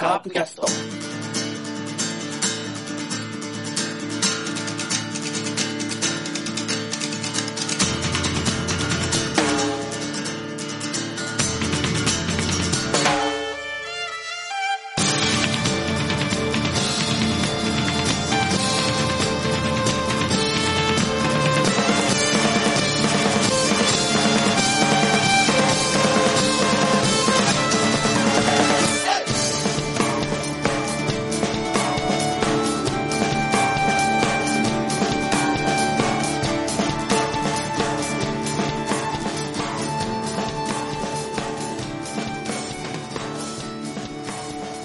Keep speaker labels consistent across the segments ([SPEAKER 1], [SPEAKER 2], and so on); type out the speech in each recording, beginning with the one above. [SPEAKER 1] カープキャスト。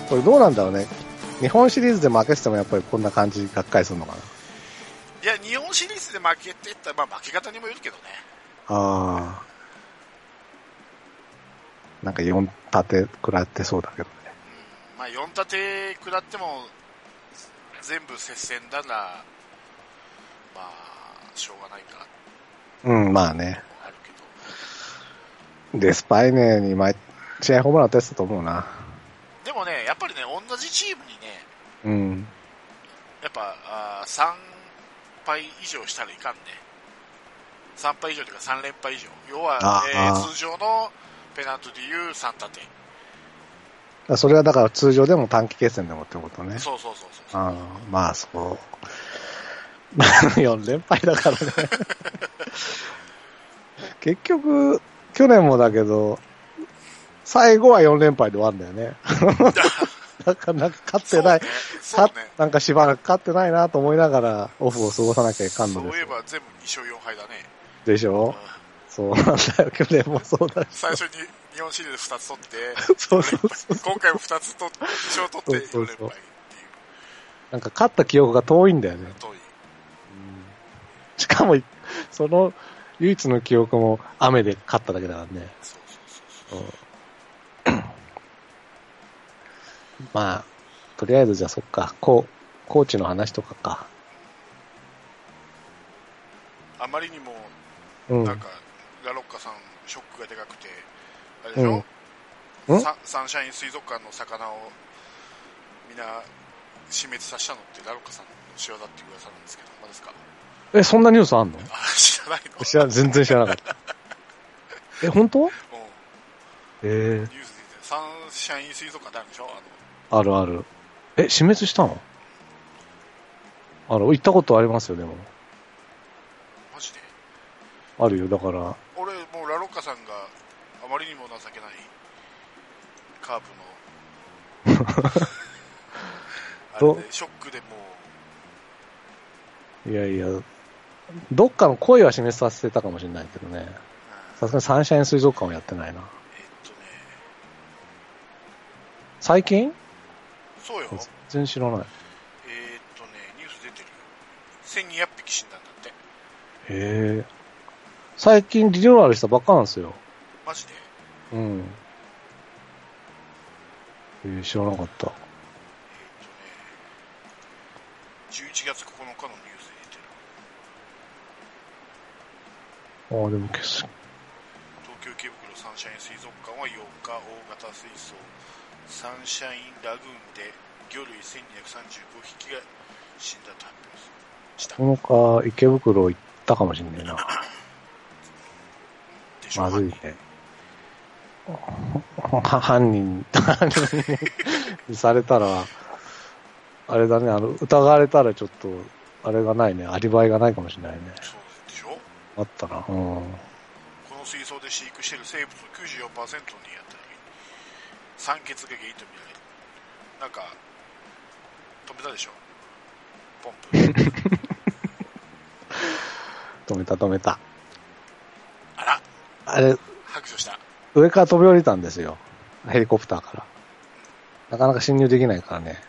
[SPEAKER 2] これどうなんだろうね。日本シリーズで負けててもやっぱりこんな感じがっかりするのかな。
[SPEAKER 3] いや、日本シリーズで負けてったまあ負け方にもよるけどね。
[SPEAKER 2] ああ。なんか4立て食らってそうだけどね。
[SPEAKER 3] まあ4立て下っても、全部接戦だな、まあ、しょうがないかなって
[SPEAKER 2] うん、まあね。
[SPEAKER 3] のもあるけど。
[SPEAKER 2] デスパイネに毎試合ホームラン打たせたと思うな。
[SPEAKER 3] でもね、やっぱりね、同じチームにね、
[SPEAKER 2] うん。
[SPEAKER 3] やっぱ、あー3敗以上したらいかんね。3敗以上というか3連敗以上。要は
[SPEAKER 2] あ、ー
[SPEAKER 3] えー通常のペナントでいう3立て。
[SPEAKER 2] それはだから通常でも短期決戦でもってことね。
[SPEAKER 3] そうそうそうそうそう。
[SPEAKER 2] あーまあそう。4連敗だからね。 結局、去年もだけど、最後は4連敗で終わるんだよね。 なかなか勝ってない。
[SPEAKER 3] そうね。
[SPEAKER 2] 勝なんかしばらく勝ってないなと思いながらオフを過ごさなきゃいか
[SPEAKER 3] そうんね
[SPEAKER 2] ので
[SPEAKER 3] そういえ
[SPEAKER 2] す。
[SPEAKER 3] ば全部2勝4敗だね。
[SPEAKER 2] でしょそうなんだよ。去年もそうだし。
[SPEAKER 3] 最初に日本シリーズ2つ取って、
[SPEAKER 2] そうそうそう。
[SPEAKER 3] 今回も2つ取って、2勝取って4
[SPEAKER 2] そうそうそう
[SPEAKER 3] 連敗っていう
[SPEAKER 2] なんか勝った記憶が遠いんだよね。
[SPEAKER 3] 遠い。
[SPEAKER 2] しかも、その唯一の記憶も雨で勝っただけだからね。
[SPEAKER 3] そうそうそう
[SPEAKER 2] うんまあ、とりあえずじゃあそっか、こう、コーチの話とかか。
[SPEAKER 3] そう。あまりにも、
[SPEAKER 2] うん。
[SPEAKER 3] なんか、ラロッカさん、ショックがでかくて、あれでしょ、
[SPEAKER 2] うんん
[SPEAKER 3] ササンシャイン水族館の魚を、みんな、死滅させたのってラロッカさんの仕業っていう噂なんですけど、ほんまですか
[SPEAKER 2] え、そんなニュースあんの
[SPEAKER 3] あ、知らないの
[SPEAKER 2] 知ら、全然知らなかった。 え、本当
[SPEAKER 3] うん
[SPEAKER 2] ええ
[SPEAKER 3] ニュースで見てサンシャイン水族館ってあるでしょあの、
[SPEAKER 2] あるある。え、死滅したのあの、行ったことありますよ、でも。
[SPEAKER 3] マジで
[SPEAKER 2] あるよ、だから。
[SPEAKER 3] 俺、もうラロッカさんがあまりにも情けないカープ のあれ
[SPEAKER 2] ど
[SPEAKER 3] でショックでも
[SPEAKER 2] いやいや、どっかの声は死滅させてたかもしれないけどね。
[SPEAKER 3] う、
[SPEAKER 2] さすがにサンシャイン水族館はやってないな。
[SPEAKER 3] えっとね、
[SPEAKER 2] 最近
[SPEAKER 3] そうよ、
[SPEAKER 2] 全然知らない。
[SPEAKER 3] えー、っとね、ニュース出てるよ。1200匹死んだんだって。
[SPEAKER 2] へえ。最近リニューアルしたばっかなんですよ。
[SPEAKER 3] マジで
[SPEAKER 2] うん。えー、知らなかった。
[SPEAKER 3] えー、っとね、11月9日のニュースで出てる。
[SPEAKER 2] ああ、でも消す。
[SPEAKER 3] 東京池袋サンシャイン水族館は8日、大型水槽サンシャインラグーンで魚類1235匹が死んだと発表した
[SPEAKER 2] このか、池袋行ったかもしんないな。
[SPEAKER 3] でしょ
[SPEAKER 2] ま
[SPEAKER 3] う
[SPEAKER 2] ずいね。は 犯人、 犯人にされたら、あれだね、あの、疑われたらちょっと、あれがないね、アリバイがないかもしれないね。
[SPEAKER 3] そうでしょ
[SPEAKER 2] あったな。うん。
[SPEAKER 3] この水槽で飼育している生物の94%に当たり酸欠が原因とみられるなんか止めたでしょポン プ
[SPEAKER 2] 止めた止めた。
[SPEAKER 3] あら
[SPEAKER 2] あれ、
[SPEAKER 3] 白状した
[SPEAKER 2] 上から飛び降りたんですよ。ヘリコプターから。なかなか侵入できないからね。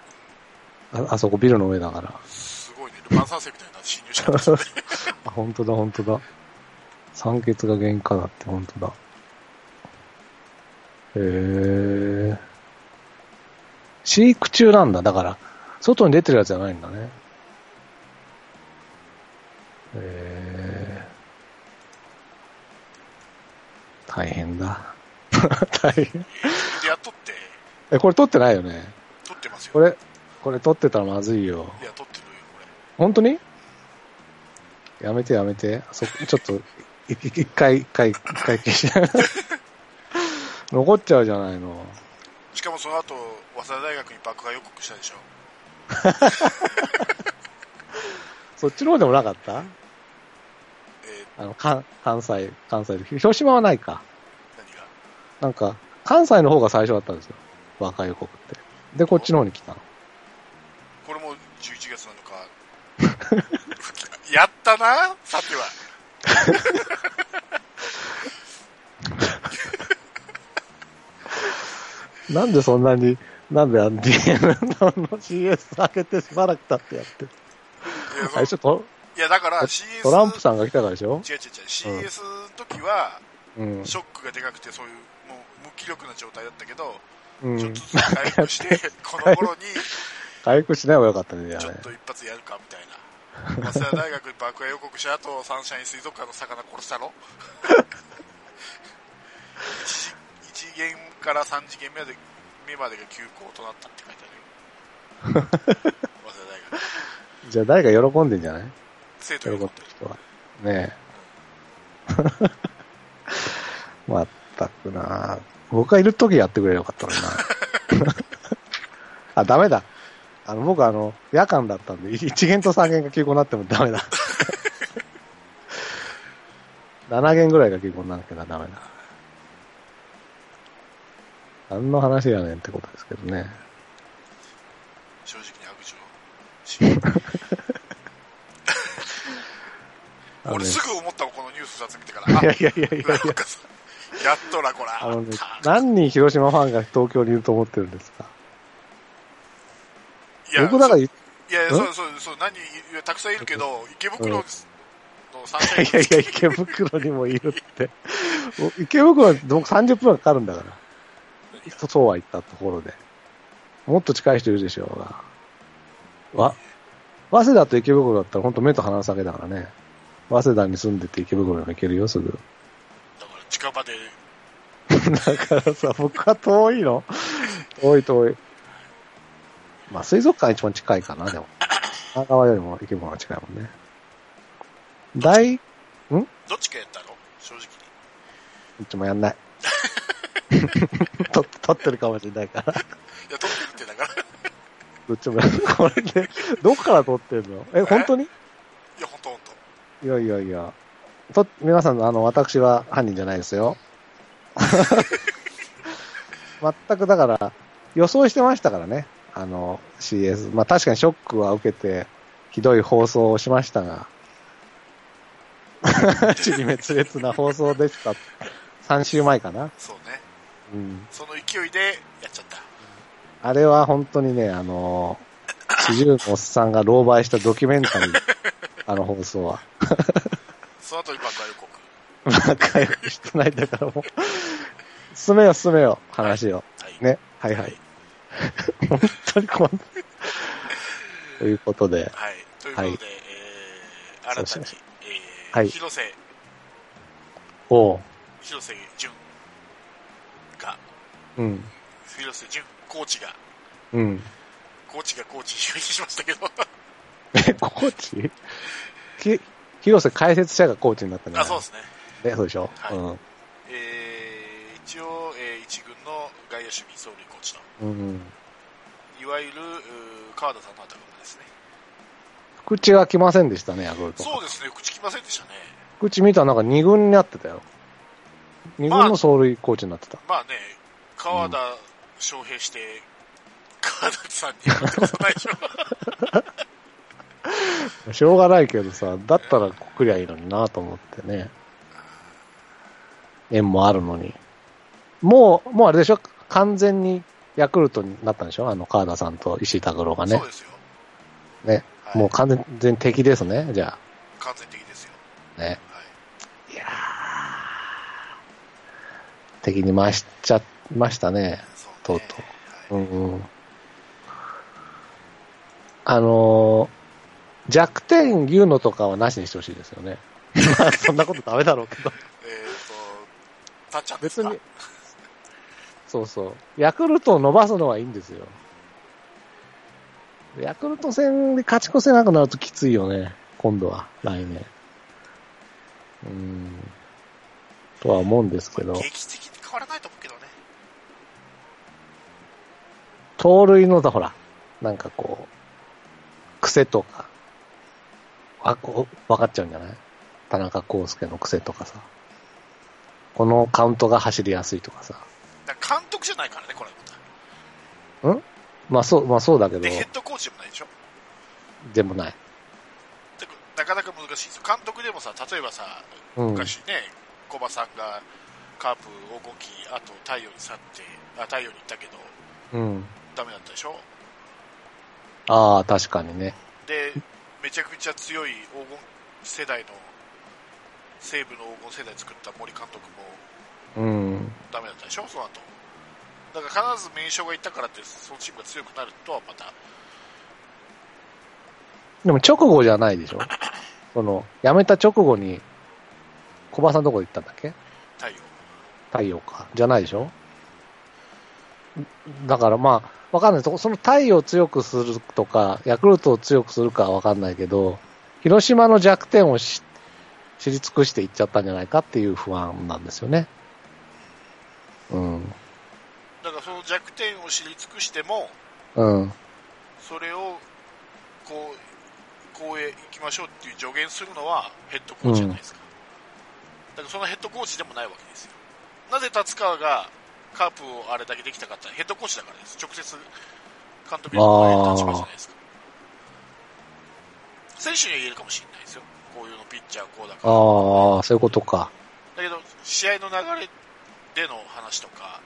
[SPEAKER 2] ああそこビルの上だから。
[SPEAKER 3] すごいねルパン三世みたいな侵入者だった ね
[SPEAKER 2] あ、本当だ、本当だ。酸欠が原因かだって、本当だ。へえ。飼育中なんだ、だから。外に出てるやつじゃないんだね。へえ。大変だ。 大変。
[SPEAKER 3] でやっとって
[SPEAKER 2] え、これ撮ってないよね。
[SPEAKER 3] 撮ってますよ
[SPEAKER 2] これ、これ撮ってたらまずいよ。
[SPEAKER 3] いや撮ってるよこれ
[SPEAKER 2] 本当にやめてやめて。そ、ちょっと、いい一回、一回、一回消し 残っちゃうじゃないの。
[SPEAKER 3] しかもその後早稲田大学に爆破予告したでしょ
[SPEAKER 2] そっちの方でもなかった
[SPEAKER 3] えー、
[SPEAKER 2] あの、関、関西、関西で。広島はないか。
[SPEAKER 3] 何が
[SPEAKER 2] なんか、関西の方が最初だったんですよ。若い予告って。で、こっちの方に来たの。
[SPEAKER 3] これも11月なの かやったなさては
[SPEAKER 2] なんでそんなに、なんであの DM の CS 開けてしばらく経ってやって。
[SPEAKER 3] いやそ
[SPEAKER 2] あれ、
[SPEAKER 3] の
[SPEAKER 2] ちょっと
[SPEAKER 3] いやだから CS
[SPEAKER 2] トランプさんが来たからでしょ
[SPEAKER 3] 違う違う違う CS の時は
[SPEAKER 2] うん。
[SPEAKER 3] ショックがでかくてそういうもう無気力な状態だったけ
[SPEAKER 2] う
[SPEAKER 3] ど、ちょっ
[SPEAKER 2] ん
[SPEAKER 3] と。ずつ回復して この頃に
[SPEAKER 2] 回復しない方がよかったね、じゃ
[SPEAKER 3] ち
[SPEAKER 2] あ
[SPEAKER 3] ょ
[SPEAKER 2] ね
[SPEAKER 3] っ。と一発やるかみたいな早稲田大学に爆破予告した後サンシャイン水族館の魚殺したろ一次一次元から三次元目まで目までが休校となったって書いて あるよ早稲田大学
[SPEAKER 2] じゃあ誰か喜んでんじゃない
[SPEAKER 3] 生徒
[SPEAKER 2] 喜
[SPEAKER 3] が
[SPEAKER 2] んで
[SPEAKER 3] 喜ん
[SPEAKER 2] る
[SPEAKER 3] でる
[SPEAKER 2] 人は。ねえ。 まったくな僕がいる時やってくれればよかったのにな あ、ダメだ。あの、僕あの、夜間だったんで、い一限と三限が休校になってもダメ だ。7限ぐらいが休校にならなきゃダメだ。何の話やねんってことですけどね。
[SPEAKER 3] 正直に白状しよう
[SPEAKER 2] あの
[SPEAKER 3] 俺
[SPEAKER 2] ね
[SPEAKER 3] すぐ思ったもんこのニュース2つ見 てから。あ、
[SPEAKER 2] いやいやいやいや
[SPEAKER 3] なんかさ、やっとらこら。
[SPEAKER 2] あのね
[SPEAKER 3] あ、った
[SPEAKER 2] 何人広島ファンが東京にいると思ってるんですか
[SPEAKER 3] いや
[SPEAKER 2] 僕だから
[SPEAKER 3] い
[SPEAKER 2] 言っ
[SPEAKER 3] やいや、
[SPEAKER 2] ん
[SPEAKER 3] そうそう、そう、何、いやたくさんいるけど、池袋
[SPEAKER 2] う
[SPEAKER 3] の
[SPEAKER 2] ん
[SPEAKER 3] サン
[SPEAKER 2] い
[SPEAKER 3] シャ
[SPEAKER 2] や
[SPEAKER 3] イ
[SPEAKER 2] いや、池袋にもいる って。もう池袋は僕30分はかかるんだから。そうは言ったところで。もっと近い人いるでしょうが。わ、早稲田と池袋だったら本当目と鼻の先だからね。早稲田に住んでて池袋にも行けるよ、すぐ。
[SPEAKER 3] ンだから近場で、
[SPEAKER 2] だからさ、僕は遠いの。遠い遠い。まあ、水族館一番近いかな、でも。長川よりも池袋が近いもんね。大、
[SPEAKER 3] どっちかやったの正直に。
[SPEAKER 2] いつもやん ない。と撮ってるかもしれないから。
[SPEAKER 3] いや、撮ってるってだから。 い
[SPEAKER 2] どっちもやんない。これで、どっから撮ってんのえ、本当に
[SPEAKER 3] や、ほんとほんと。
[SPEAKER 2] いやいやいや。と、皆さん、あの、私は犯人じゃないですよ。全くだから、予想してましたからね。あの、CS。まあ確かにショックは受けて、ひどい放送をしましたが、 ちり滅裂な放送でした。3週前かな。
[SPEAKER 3] そうね。
[SPEAKER 2] うん。
[SPEAKER 3] その勢いで、やっちゃった。
[SPEAKER 2] あれは本当にね、あの、四十のおっさんが狼狽したドキュメンタリー、あの放送は。
[SPEAKER 3] その後に爆破予告。
[SPEAKER 2] 仲良くしてないんだからもう、進めよ進めよ、話を。
[SPEAKER 3] はい。
[SPEAKER 2] ね、はいはい。本当に困る。ということで、
[SPEAKER 3] はい。ということで、えー、新たに、えー
[SPEAKER 2] はい
[SPEAKER 3] 広瀬、
[SPEAKER 2] おう、
[SPEAKER 3] 広瀬淳が、
[SPEAKER 2] うん、
[SPEAKER 3] 広瀬淳コーチが、
[SPEAKER 2] うん。
[SPEAKER 3] コーチがコーチに就任しましたけど、
[SPEAKER 2] え、コーチひ広瀬解説者がコーチになったんじゃ
[SPEAKER 3] あ、
[SPEAKER 2] ない
[SPEAKER 3] そうですね。
[SPEAKER 2] ねそうでしょ、
[SPEAKER 3] はい
[SPEAKER 2] うん
[SPEAKER 3] えー、一応、えー、一軍の外野守備走塁コーチと、
[SPEAKER 2] うん。
[SPEAKER 3] いわゆる、うー川田さんのあたりですね。
[SPEAKER 2] 福地が来ませんでしたね、ヤクルト。
[SPEAKER 3] そうですね、口きませんでしたね。
[SPEAKER 2] うち見たらなんか二軍になってたよ。二軍の走塁コーチになってた。
[SPEAKER 3] まあね、川田翔平して、川田さんにやってことない でしょ。
[SPEAKER 2] しょうがないけどさ、だったらこくりゃいいのになと思ってね。縁もあるのに。もう、もうあれでしょ完全にヤクルトになったんでしょあの川田さんと石井拓郎がね
[SPEAKER 3] そう。ですよ。
[SPEAKER 2] ね。
[SPEAKER 3] はい、
[SPEAKER 2] もう完全に敵ですね、じゃ
[SPEAKER 3] 完全的ですよ。
[SPEAKER 2] あ。ね。
[SPEAKER 3] はい。
[SPEAKER 2] いやー敵に回しちゃいましたね。
[SPEAKER 3] そね
[SPEAKER 2] とうとう
[SPEAKER 3] はい
[SPEAKER 2] んうんあのー弱点言うのとかはなしにしてほしいですよ ね。まあ、そんなことダメだろうけど。
[SPEAKER 3] えっ、ー、と、たっちゃんです
[SPEAKER 2] 別
[SPEAKER 3] か
[SPEAKER 2] に、そうそう。ヤクルトを伸ばすのはいいんですよ。ヤクルト戦で勝ち越せなくなるときついよね。今度は、来年。うーん。とは思うんですけど、
[SPEAKER 3] 劇的に変わらないと思うけどね。
[SPEAKER 2] 盗塁のだ、ほら、なんかこう、癖とか、わ、こうわかっちゃうんじゃない田中康介の癖とかさ。このカウントが走りやすいとかさ。
[SPEAKER 3] だから監督じゃないからね、これ。
[SPEAKER 2] まあそう、まあそうだけど
[SPEAKER 3] で、、ヘッドコーチでもないでしょ。
[SPEAKER 2] でもない。
[SPEAKER 3] てかなかなか難しいです。監督でもさ、例えばさ、
[SPEAKER 2] うん。
[SPEAKER 3] 昔ね、コバさんがカープ黄金期、あと太陽に去って、あ、太陽に行ったけど、
[SPEAKER 2] うん。
[SPEAKER 3] ダメだったでしょ。
[SPEAKER 2] ああ、確かにね。
[SPEAKER 3] で、めちゃくちゃ強い黄金世代の、西武の黄金世代作った森監督も
[SPEAKER 2] うん。
[SPEAKER 3] ダメだったでしょ、その後。だから必ず名将がいたからって、そのチームが強くなるとはまた、
[SPEAKER 2] でも直後じゃないでしょその、辞めた直後に、小林さんどこ行ったんだっけ
[SPEAKER 3] 太陽。
[SPEAKER 2] 太陽か。じゃないでしょだからまあ、わかんない。そこその太陽を強くするとか、ヤクルトを強くするかはわかんないけど、広島の弱点をし知り尽くしていっちゃったんじゃないかっていう不安なんですよね。うん。
[SPEAKER 3] だからその弱点を知り尽くしても、
[SPEAKER 2] うん。
[SPEAKER 3] それを、こう、こうへ行きましょうっていう助言するのはヘッドコーチじゃないですか。だからそのヘッドコーチでもないわけですよ。なぜ達川がカープをあれだけできたかってヘッドコーチだからです。直接監督に言える立場じゃないですか。選手には言えるかもしれないですよ。こういうのピッチャーこうだから。
[SPEAKER 2] ああ、そういうことか。
[SPEAKER 3] だけど、試合の流れでの話とか、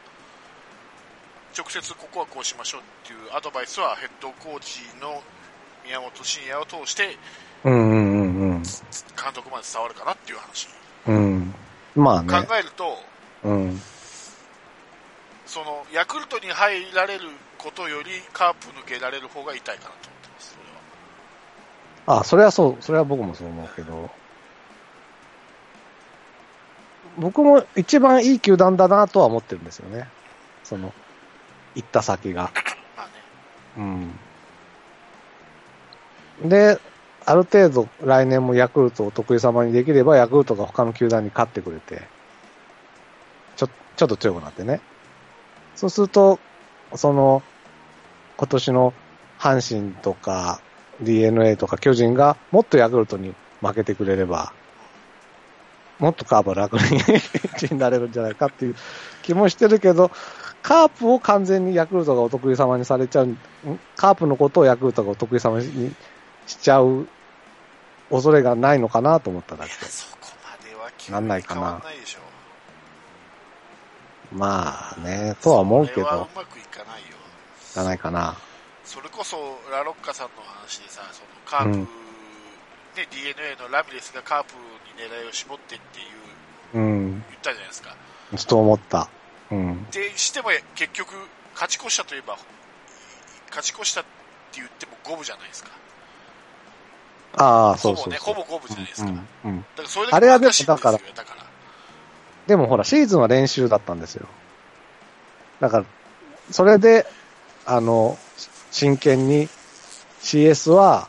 [SPEAKER 3] 直接ここはこうしましょうっていうアドバイスはヘッドコーチの宮本慎也を通して
[SPEAKER 2] うんうんうん
[SPEAKER 3] 監督まで伝わるかなっていう話。
[SPEAKER 2] うん。うん。まあ
[SPEAKER 3] 考
[SPEAKER 2] ね。
[SPEAKER 3] えると、
[SPEAKER 2] うん。
[SPEAKER 3] そのヤクルトに入られることよりカープ抜けられる方が痛いかなと思ってます、それは。
[SPEAKER 2] あ、それはそう、それは僕もそう思うけど、僕も一番いい球団だなとは思ってるんですよね。その、行った先が。
[SPEAKER 3] まあね。
[SPEAKER 2] うん。で、ある程度来年もヤクルトをお得意様にできれば、ヤクルトが他の球団に勝ってくれて、ちょ、ちょっと強くなってね。そうすると、その、今年の阪神とか DNA とか巨人がもっとヤクルトに負けてくれれば、もっとカープは楽にに なれるんじゃないかっていう気もしてるけど、カープを完全にヤクルトがお得意様にされちゃう、んカープのことをヤクルトがお得意様にしちゃう恐れがないのかなと思っただけ
[SPEAKER 3] いやそこまでは急に
[SPEAKER 2] な
[SPEAKER 3] 変
[SPEAKER 2] ん
[SPEAKER 3] わ
[SPEAKER 2] ないかなん
[SPEAKER 3] ないでしょ。
[SPEAKER 2] まあね、とは思うけ
[SPEAKER 3] それはう
[SPEAKER 2] ど、
[SPEAKER 3] まくいかないよ。
[SPEAKER 2] じゃないかな。
[SPEAKER 3] それこそラロッカさんの話でさ、そのカー
[SPEAKER 2] う
[SPEAKER 3] プ、
[SPEAKER 2] ん
[SPEAKER 3] ね、DNA のラミレスがカープに狙いを絞ってっていう
[SPEAKER 2] うん、
[SPEAKER 3] 言ったじゃないですか。
[SPEAKER 2] ちょっと思った。うん、
[SPEAKER 3] で、しても結局、勝ち越したといえば、勝ち越したって言っても五分じゃないですか。
[SPEAKER 2] ああ、そうそうそう。
[SPEAKER 3] ほぼね、ほぼ五分じゃないですか。だ
[SPEAKER 2] うんうん
[SPEAKER 3] からそれ
[SPEAKER 2] あれはでも
[SPEAKER 3] 難しいんですよ
[SPEAKER 2] だか
[SPEAKER 3] だから。
[SPEAKER 2] でもほら、シーズンは練習だったんですよ。だから、それで、あの、し真剣に CS は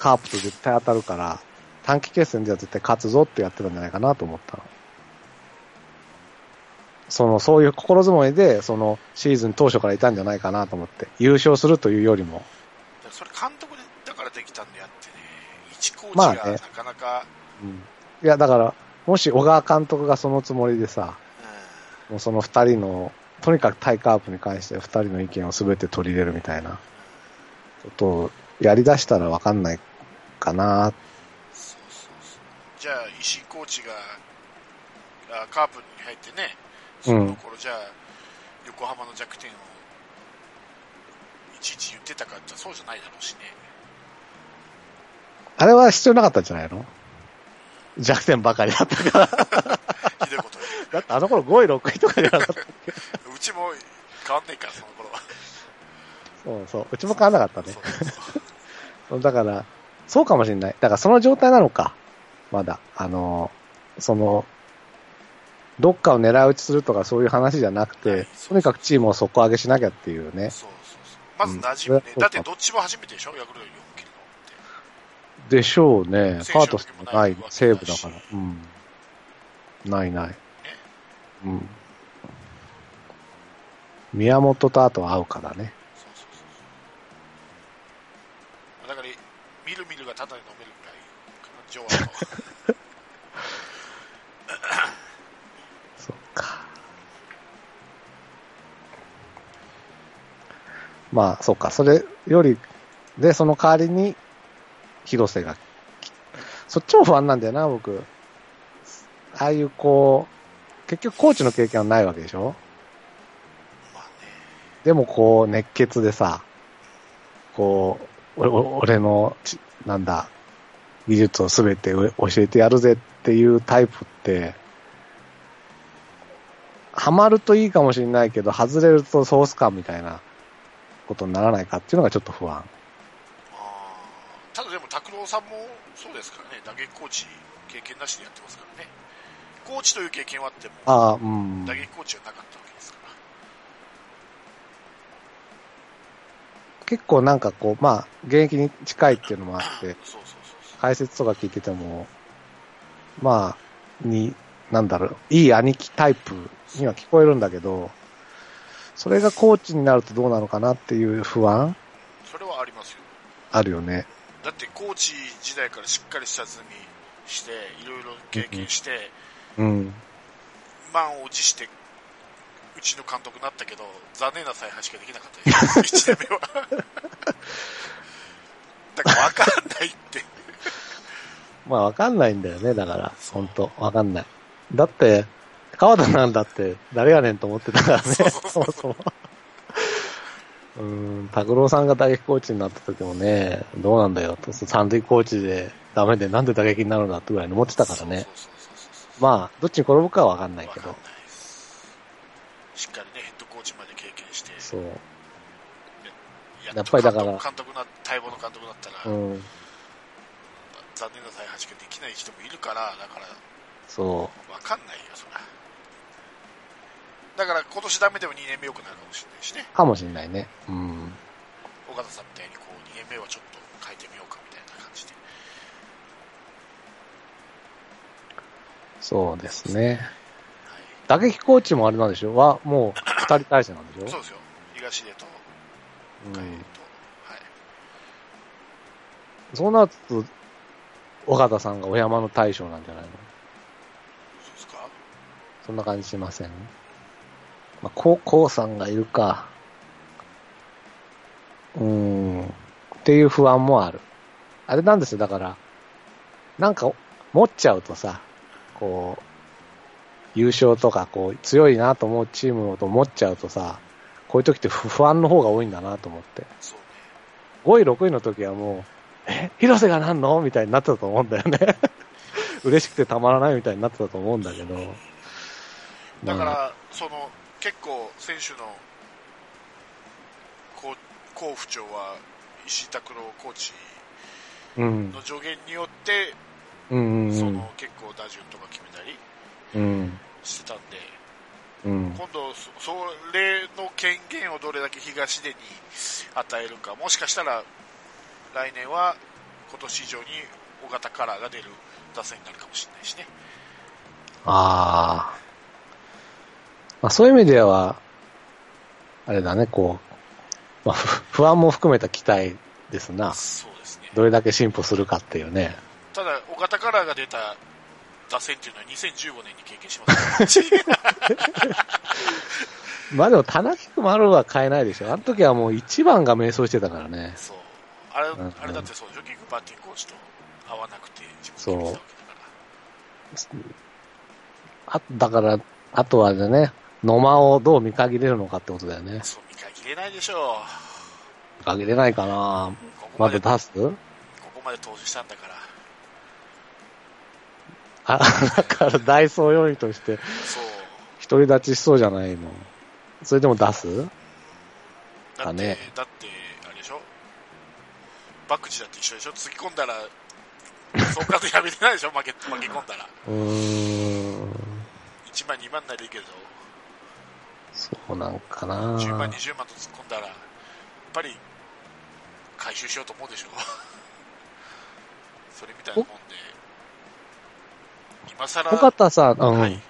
[SPEAKER 2] カープと絶対当たるから、短期決戦では絶対勝つぞってやってたんじゃないかなと思ったの。その、そういう心づもりで、その、シーズン当初からいたんじゃないかなと思って、優勝するというよりも、
[SPEAKER 3] だからそれ監督でだからできたんであってね、一コーチ
[SPEAKER 2] まあ
[SPEAKER 3] が
[SPEAKER 2] ね
[SPEAKER 3] なかなか、
[SPEAKER 2] いや、だから、もし小川監督がそのつもりでさ、もうその二人の、とにかくタイカープに関して二人の意見を全て取り入れるみたいなことをやり出したらわかんないかな。
[SPEAKER 3] そうそうそう。じゃあ、石井コーチが、あカープに入ってね、その頃、じゃあ、横浜の弱点を、いちいち言ってたかってそうじゃないだろうしね。
[SPEAKER 2] あれは必要なかったんじゃないの弱点ばかりだったから。
[SPEAKER 3] ひどいこと言
[SPEAKER 2] だってあの頃5位、6位とかじゃなかった。
[SPEAKER 3] う。うちも変わんねえから、その頃は。
[SPEAKER 2] そうそう。うちも変わらなかった
[SPEAKER 3] そ
[SPEAKER 2] ね
[SPEAKER 3] う。そうそう
[SPEAKER 2] だから、そうかもしれない。だからその状態なのか。まだ。あの、その、どっかを狙い撃ちするとかそういう話じゃなく
[SPEAKER 3] はい
[SPEAKER 2] て、とにかくチームを底上げしなきゃっていうね。
[SPEAKER 3] そうそうそう。まず馴染みね。
[SPEAKER 2] うん
[SPEAKER 3] だってどっちも初めてでしょヤクルトに4切るのって。
[SPEAKER 2] でしょうね。
[SPEAKER 3] 選手
[SPEAKER 2] カートスもな
[SPEAKER 3] わ
[SPEAKER 2] い
[SPEAKER 3] けも、ない
[SPEAKER 2] セーブだから。うん。ないない。うん。宮本とあと会うからね。
[SPEAKER 3] そうそうそうそう。だから、みるみるがただで飲めるぐらいかな、上腕の。
[SPEAKER 2] そっか。まあ、そっか。それより、で、その代わりに、広瀬が来、そっちも不安なんだよな、僕。ああいう、こう、結局コーチの経験はないわけでしょ
[SPEAKER 3] まあね。
[SPEAKER 2] でもこう、熱血でさ、こう、おお俺のち、なんだ、技術をすべてう教えてやるぜっていうタイプって、ハマるといいかもしれないけど、外れるとソース感みたいなことにならないかっていうのがちょっと不安。
[SPEAKER 3] あーただでも、拓郎さんもそうですからね、打撃コーチ経験なしでやってますからね。コーチという経験はあっても、
[SPEAKER 2] ああ、うん
[SPEAKER 3] 打。撃コーチはなかったわけですから。
[SPEAKER 2] 結構なんかこう、まあ、現役に近いっていうのもあって、
[SPEAKER 3] そうそうそうそう。
[SPEAKER 2] 解説とか聞いてても、まあ、に、なんだろう、いい兄貴タイプには聞こえるんだけど、それがコーチになるとどうなのかなっていう不安
[SPEAKER 3] それはありますよ。
[SPEAKER 2] あるよね。
[SPEAKER 3] だって、コーチ時代からしっかり下積みして、いろいろ経験して、
[SPEAKER 2] うん。
[SPEAKER 3] 満を持して、うちの監督になったけど、残念な采配しかできなかったです。1年目 は。だから分かんないって。
[SPEAKER 2] まあ、わかんないんだよね、だから。ほんと、わかんない。だって、川田なんだって、誰やねんと思ってたからね、
[SPEAKER 3] そうそう
[SPEAKER 2] そもそも。うーん、拓郎さんが打撃コーチになった時もね、どうなんだよと、三塁コーチでダメで、なんで打撃になるんだってぐらいに思ってたからね。
[SPEAKER 3] そうそうそうそうそう
[SPEAKER 2] まあ、どっちに転ぶかはわかんないけ
[SPEAKER 3] わ
[SPEAKER 2] ど
[SPEAKER 3] かん、ないですしっかりね、ヘッドコーチまで経験して、
[SPEAKER 2] そう。
[SPEAKER 3] や
[SPEAKER 2] やっぱりだから
[SPEAKER 3] 監督な、待望の監督だったら、
[SPEAKER 2] うん。
[SPEAKER 3] 残念な采配しかできない人もいるから、だから、
[SPEAKER 2] そ
[SPEAKER 3] わかんないよ、そら。だから今年ダメでも2年目良くなるかもしれないしね。
[SPEAKER 2] う。かもしれないね。うん。
[SPEAKER 3] 岡田さんみたいにこう2年目はちょっと変えてみようかみたいな感じで。
[SPEAKER 2] そうですね。
[SPEAKER 3] はい。
[SPEAKER 2] 打撃コーチもあれなんでしょは、もう、二人体制なんでし
[SPEAKER 3] そ
[SPEAKER 2] ょ
[SPEAKER 3] うですよ。東出と、
[SPEAKER 2] う
[SPEAKER 3] 海江
[SPEAKER 2] ん。
[SPEAKER 3] と、はい。
[SPEAKER 2] そうなると、岡田さんがお山の大将なんじゃないの
[SPEAKER 3] そうですか
[SPEAKER 2] そんな感じしませんまあ、こう、こうさんがいるか。うーん。っていう不安もある。あれなんですよ、だから。なんか、持っちゃうとさ、こう、優勝とか、こう、強いなと思うチームをと思っちゃうとさ、こういう時って不不安の方が多いんだなと思って。
[SPEAKER 3] そうね。
[SPEAKER 2] 5位、6位の時はもう、え、広瀬がなんのみたいになってたと思うんだよね。 嬉しくてたまらないみたいになってたと思うんだけど。
[SPEAKER 3] だ
[SPEAKER 2] まあ、
[SPEAKER 3] から、その、結構選手の、こう、甲府長は、石井拓郎コーチ
[SPEAKER 2] うん。
[SPEAKER 3] の助言によって、
[SPEAKER 2] うんう
[SPEAKER 3] そ
[SPEAKER 2] ん
[SPEAKER 3] の結構打順とか決めたり
[SPEAKER 2] うん。
[SPEAKER 3] してたんで、
[SPEAKER 2] うん。
[SPEAKER 3] 今度そ、それの権限をどれだけ東出に与えるか、もしかしたら来年は今年以上に尾形カラーが出る打線になるかもしれないしね。
[SPEAKER 2] ああ。まあそういう意味では、あれだね、こう、まあ、ふ不安も含めた期待ですな。
[SPEAKER 3] そうですね。
[SPEAKER 2] どれだけ進歩するかっていうね。
[SPEAKER 3] ただ、尾形カラーが出た打線っていうのは2015年に経験します から
[SPEAKER 2] まあでも、田中君丸は変えないでしょ。あの時はもう一番が迷走してたからね。
[SPEAKER 3] そう。あれ、
[SPEAKER 2] んうん
[SPEAKER 3] あれだってそうでしょ結局バッティングコーチと合わなくて自分で決めたわけだから。
[SPEAKER 2] あだから、あとはあれだね、野間をどう見限れるのかってことだよね。
[SPEAKER 3] そう、見限れないでしょ
[SPEAKER 2] 見限れないかな
[SPEAKER 3] う。ここ
[SPEAKER 2] ま
[SPEAKER 3] ま
[SPEAKER 2] だ
[SPEAKER 3] で、
[SPEAKER 2] 出す
[SPEAKER 3] ここまで投じしたんだから。
[SPEAKER 2] あ、だからダイソー用意として、
[SPEAKER 3] そう。
[SPEAKER 2] 独り立ちしそうじゃないの。それでも出す
[SPEAKER 3] だって、
[SPEAKER 2] だね
[SPEAKER 3] だって、あれでしょバックチだって一緒でしょ突き込んだら、そうかとやめてないでしょ負け、負け込んだら。
[SPEAKER 2] うーん。
[SPEAKER 3] 1万、2万ならいいけど、
[SPEAKER 2] そうなんかな
[SPEAKER 3] 10万、20万と突っ込んだら、やっぱり回収しようと思うでしょう。 それみたいなもんで、今更、
[SPEAKER 2] 尾形さん、う
[SPEAKER 3] は
[SPEAKER 2] ん、
[SPEAKER 3] いはい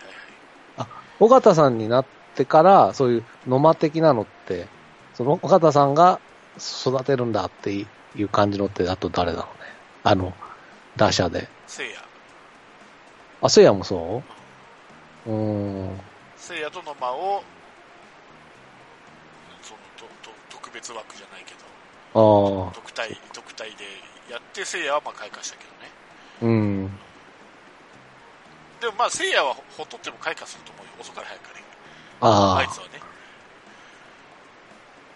[SPEAKER 3] はい、
[SPEAKER 2] 尾形さんになってから、そういう野間的なのって、その尾形さんが育てるんだっていう感じのって、あと誰だろうね。あの、打者で。
[SPEAKER 3] せいや、
[SPEAKER 2] あ、せいやもそううーん。
[SPEAKER 3] せいやとの間を、そのとと特別枠じゃないけど、
[SPEAKER 2] ああ、
[SPEAKER 3] 特待、特待でやって、せいやはまあ開花したけどね。
[SPEAKER 2] うん。
[SPEAKER 3] でもまあ、せいやはほほっとっても開花すると思うよ、遅から早かれ。あ
[SPEAKER 2] あ
[SPEAKER 3] いつはね。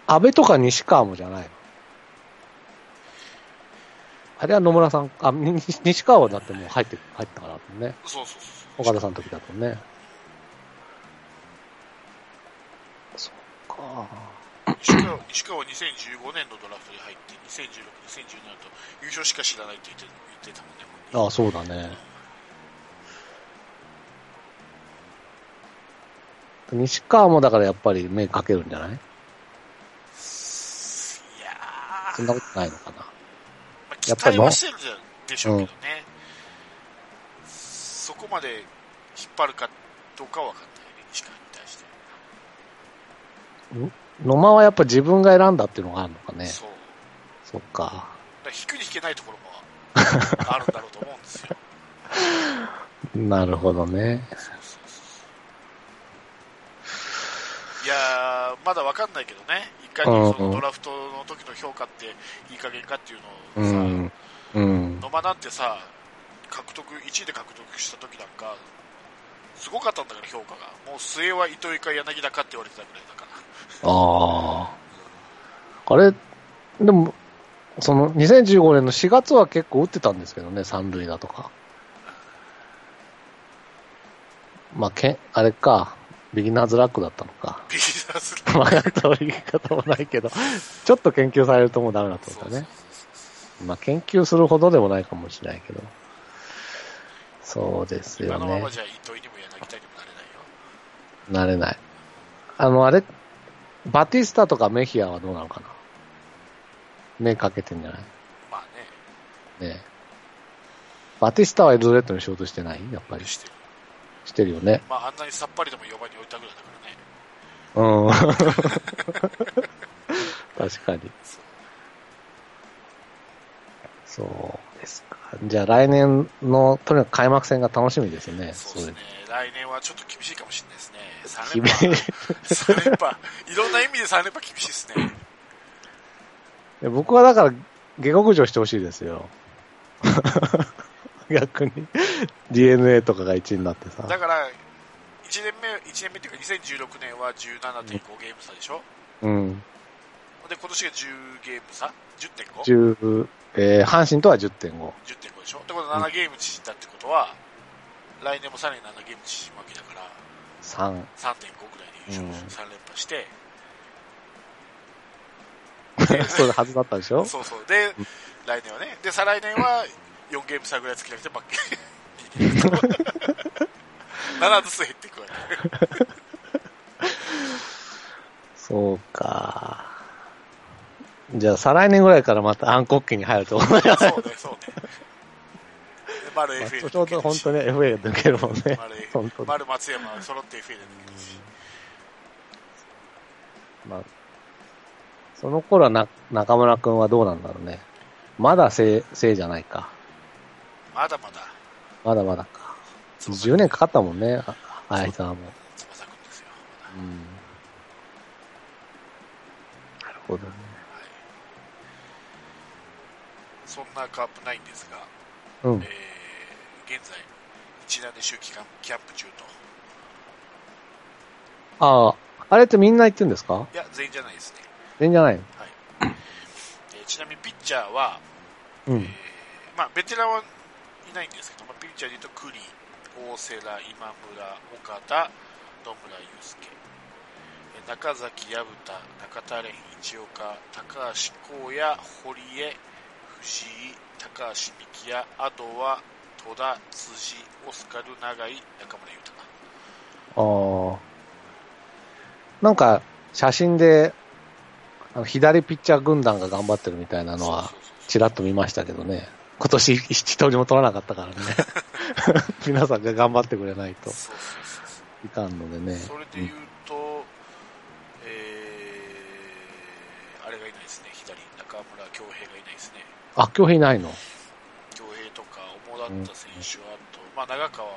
[SPEAKER 2] あ、安倍とか西川もじゃないのあれは野村さん、あ、にに西川はだってもう入って、入ったからだもんね。
[SPEAKER 3] そうそうそうそう。
[SPEAKER 2] 岡田さんの時だとね。そっか。
[SPEAKER 3] 西川西川は2015年のドラフトに入って、2016、2017と優勝しか知らないって言って言ってたもんね、本人
[SPEAKER 2] ああ、そうだね。西川もだからやっぱり目かけるんじゃない
[SPEAKER 3] いやー、
[SPEAKER 2] そんなことないのかな。
[SPEAKER 3] まあ、期
[SPEAKER 2] やっぱ
[SPEAKER 3] 待
[SPEAKER 2] りも
[SPEAKER 3] はしてるんでしょうけどね、そこまで引っ張るかどうかは分かんないね、西川に対して。
[SPEAKER 2] 野間はやっぱ自分が選んだっていうのがあるのかね。
[SPEAKER 3] そう。
[SPEAKER 2] そっか。
[SPEAKER 3] だから引くに引けないところもあるんだろうと思うんです よ。
[SPEAKER 2] なるほどね。
[SPEAKER 3] そうそうそういやー、まだわかんないけどね、いかにそ
[SPEAKER 2] うん
[SPEAKER 3] のドラフトの時の評価っていい加減かっていう
[SPEAKER 2] う
[SPEAKER 3] のをさ、
[SPEAKER 2] ん。うん。
[SPEAKER 3] 野間なんてさ、獲得、1位で獲得した時なんか、すごかったんだから評価が。もう末は糸井か柳田かって言われてたぐらいだから。
[SPEAKER 2] ああ。あれ、でも、その2015年の4月は結構打ってたんですけどね、三塁だとか。まあ、けん、あれか、ビギナーズラックだったのか。
[SPEAKER 3] ビギナーズラッ
[SPEAKER 2] まあ、取り方もないけど、ちょっと研究されるともうダメだって
[SPEAKER 3] ク
[SPEAKER 2] こ
[SPEAKER 3] そう
[SPEAKER 2] と
[SPEAKER 3] そう
[SPEAKER 2] だね。まあ、研究するほどでもないかもしれないけど。そうです
[SPEAKER 3] そう今
[SPEAKER 2] よ
[SPEAKER 3] のま
[SPEAKER 2] ね
[SPEAKER 3] ま。じゃ糸井にも柳田にもなれないよ。
[SPEAKER 2] 慣れない。あの、あれ、バティスタとかメヒアはどうなのかな目かけてんじゃない
[SPEAKER 3] まあね、
[SPEAKER 2] ねえバティスタはエルドレッドにしようとしてないやっぱり
[SPEAKER 3] してる。
[SPEAKER 2] してるよね。
[SPEAKER 3] まああんなにさっぱりでも4番に置いたぐらいだから
[SPEAKER 2] う
[SPEAKER 3] ね。
[SPEAKER 2] ん。 確かに。そうですか。じゃあ来年の、とにかく開幕戦が楽しみですね。
[SPEAKER 3] そうですね。来年はちょっと厳しいかもしれないですね。
[SPEAKER 2] それ
[SPEAKER 3] 3
[SPEAKER 2] 厳
[SPEAKER 3] 連
[SPEAKER 2] しい
[SPEAKER 3] 覇。3連覇。いろんな意味で3連覇厳しいですね。
[SPEAKER 2] で僕はだから、下克上してほしいですよ。 逆に。DNA とかが1位になって
[SPEAKER 3] だ
[SPEAKER 2] さ。
[SPEAKER 3] から、1年目、一年目っていうか2016年は17.5ゲーム差でしょ
[SPEAKER 2] うん。
[SPEAKER 3] で、今年が10ゲーム差 ?10.5?10.5
[SPEAKER 2] 10、えー、阪神とは10.5。
[SPEAKER 3] でしょってことは7ゲーム縮んだってことは、来年もさらに7ゲーム縮むわけだから、
[SPEAKER 2] 3。
[SPEAKER 3] 3.5ぐらいで優
[SPEAKER 2] うん
[SPEAKER 3] 勝、3連覇して、
[SPEAKER 2] それはずだったでしょ
[SPEAKER 3] そうそう。で、来年はね。で、再来年は4ゲーム 差ぐらいつけなくて、まっけ。7ずつ減っていくわけ。
[SPEAKER 2] そうか。じゃあ、再来年ぐらいからまた暗黒期に入ると思 う。
[SPEAKER 3] そうね、そうね。で丸 FA で抜けるし。
[SPEAKER 2] ちょうど本当ね、FA が抜けるもんね。
[SPEAKER 3] 丸 F
[SPEAKER 2] 本当に
[SPEAKER 3] 丸松山は揃って FA で抜けるし。
[SPEAKER 2] まあ、その頃はな中村くんはどうなんだろうね。まだせい、せいじゃないか。
[SPEAKER 3] まだまだ、
[SPEAKER 2] まだまだか。10年かかったもんね、あ相沢も。
[SPEAKER 3] 翼くんですよ。
[SPEAKER 2] うん。なるほどね。
[SPEAKER 3] そんなカープないんですが、
[SPEAKER 2] うん
[SPEAKER 3] え。ー、現在、一覧で周期間キャンプ中と。
[SPEAKER 2] ああ、あれってみんな言ってんですか
[SPEAKER 3] いや、全員じゃないですね。
[SPEAKER 2] 全員じゃないの
[SPEAKER 3] えーちなみにピッチャーは、
[SPEAKER 2] う
[SPEAKER 3] え
[SPEAKER 2] ん。
[SPEAKER 3] ーまあ、ベテランはいないんですけど、まあ、ピッチャーで言うと、クリー、大瀬良、今村、岡田、野村祐介、えー中崎、薮田、中田蓮、一岡、高橋光也、堀江、藤井、高橋幹也、アドは、戸田、辻、オスカル、永井、中村優太。
[SPEAKER 2] なんか、写真で、あの左ピッチャー軍団が頑張ってるみたいなのは
[SPEAKER 3] そう、そうそう
[SPEAKER 2] ちらっと見ましたけどね。今年一人も取らなかったから ね。皆さんが頑張ってくれないと
[SPEAKER 3] そうそうそうそう
[SPEAKER 2] いかんのでね。
[SPEAKER 3] それで言うと、えー、あれがいないですね、左、中村恭平がいないですね。
[SPEAKER 2] あ、京平いないの
[SPEAKER 3] 恭平とか、主だった選手は、あと、まあ、長川、ま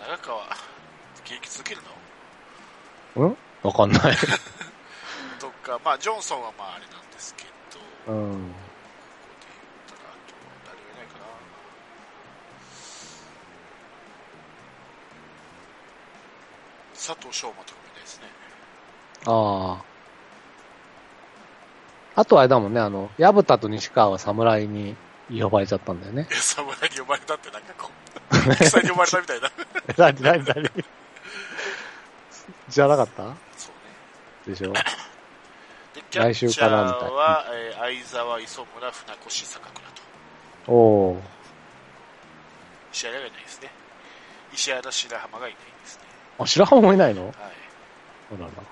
[SPEAKER 3] あ、長川、現役続けるの
[SPEAKER 2] んわかんない。
[SPEAKER 3] とか、まあ、ジョンソンはまあ、あれなんですけど、ここ
[SPEAKER 2] うん。
[SPEAKER 3] で言ったら、あと、誰がいないかな。佐藤翔馬とかもいないですね。
[SPEAKER 2] ああ。あとあれだもんね、あの、矢蓋と西川は侍に呼ばれちゃったんだよね
[SPEAKER 3] い。や、侍に呼ばれたってなんかこう、戦に呼ばれたみたいな。
[SPEAKER 2] なになになにじゃなかった
[SPEAKER 3] そうね。
[SPEAKER 2] でしょ
[SPEAKER 3] で、キャッチャ
[SPEAKER 2] 来週からみた
[SPEAKER 3] ー
[SPEAKER 2] い
[SPEAKER 3] は、えー相沢、磯村、船越、坂倉と。
[SPEAKER 2] おお
[SPEAKER 3] 石原がいないですね。石原、白浜がいないですね。
[SPEAKER 2] ー。あ、白浜もいないの
[SPEAKER 3] はい。
[SPEAKER 2] そうなんだ。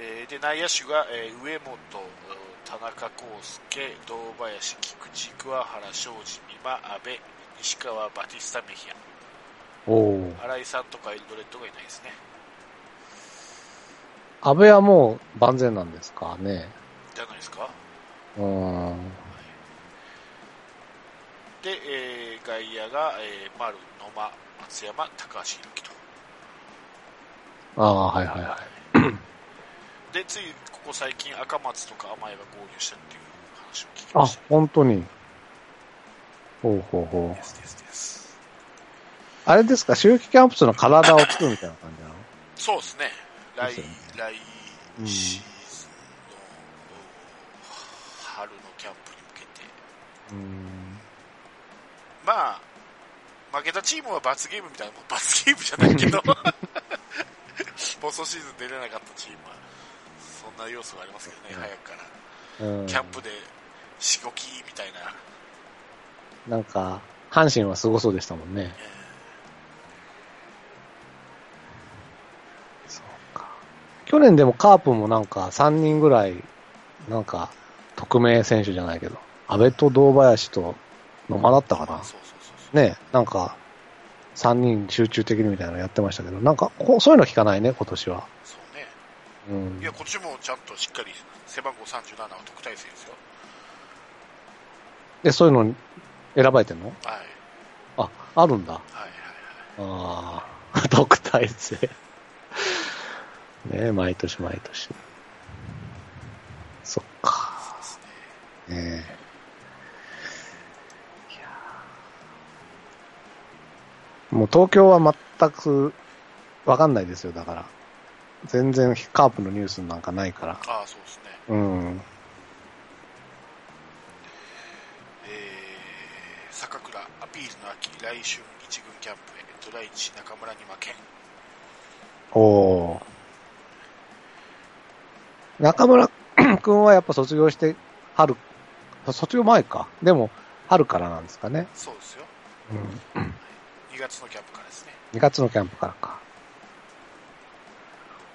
[SPEAKER 3] えーで、内野手が、えー上本、田中康介、堂林、菊池、桑原、庄司、美馬、阿部、西川、バティスタ、メヒア。
[SPEAKER 2] おお。
[SPEAKER 3] 新井さんとかエルドレッドがいないですね。
[SPEAKER 2] 安倍はもう万全なんですかね。
[SPEAKER 3] じゃないですか。
[SPEAKER 2] うーん。
[SPEAKER 3] で、えー外野が、えー丸、野間、松山、高橋宏樹と。
[SPEAKER 2] ああ、はいはいはい。
[SPEAKER 3] で、ついここ最近赤松とか甘えが合流したっていう話を聞き
[SPEAKER 2] あ
[SPEAKER 3] ました。、
[SPEAKER 2] 本当に。ほうほうほ
[SPEAKER 3] で
[SPEAKER 2] う。
[SPEAKER 3] すですです。
[SPEAKER 2] あれですか、秋季キャンプスの体を作るみたいな感じなの
[SPEAKER 3] そうですね。
[SPEAKER 2] で
[SPEAKER 3] 来、
[SPEAKER 2] すよね
[SPEAKER 3] 来
[SPEAKER 2] うん
[SPEAKER 3] シーズンの、春のキャンプに向けて。
[SPEAKER 2] うーん。
[SPEAKER 3] まあ、負けたチームは罰ゲームみたいな、もう罰ゲームじゃないけど、ポストシーズン出れなかったチームは、そんな要素がありますけどね、早くから。
[SPEAKER 2] うん
[SPEAKER 3] キャンプで、しごきみたいな。
[SPEAKER 2] なんか、阪神はすごそうでしたもんね。そうか。去年でもカープもなんか3人ぐらい、なんか、匿名選手じゃないけど、安倍と堂林と野間だったかな。
[SPEAKER 3] そうそうそうそう。
[SPEAKER 2] ね、なんか、3人集中的にみたいなのやってましたけど、なんか、こうそういうの聞かないね、今年は。
[SPEAKER 3] そうね。
[SPEAKER 2] うん
[SPEAKER 3] いや、。こっちもちゃんとしっかり、背番号37は特待生ですよ。
[SPEAKER 2] で、そういうのに選ばれてんの
[SPEAKER 3] はい。
[SPEAKER 2] あ、あるんだ。
[SPEAKER 3] はいはいはい。
[SPEAKER 2] ああ、 特待生。ねえ毎年毎年。そっか。
[SPEAKER 3] そうですね。
[SPEAKER 2] ねえもう東京は全くわかんないですよ、だから。全然カープのニュースなんかないから。
[SPEAKER 3] ああ、そうですね。
[SPEAKER 2] うん。
[SPEAKER 3] えー、坂倉、アピールの秋、来春一軍キャンプへ、ドライチ、中村に負けん。
[SPEAKER 2] おおー。中村 くんはやっぱ卒業して、春、卒業前か。でも、春からなんですかね。
[SPEAKER 3] そうですよ。
[SPEAKER 2] うん。
[SPEAKER 3] 2月のキャンプからですね。
[SPEAKER 2] 2月のキャンプからか。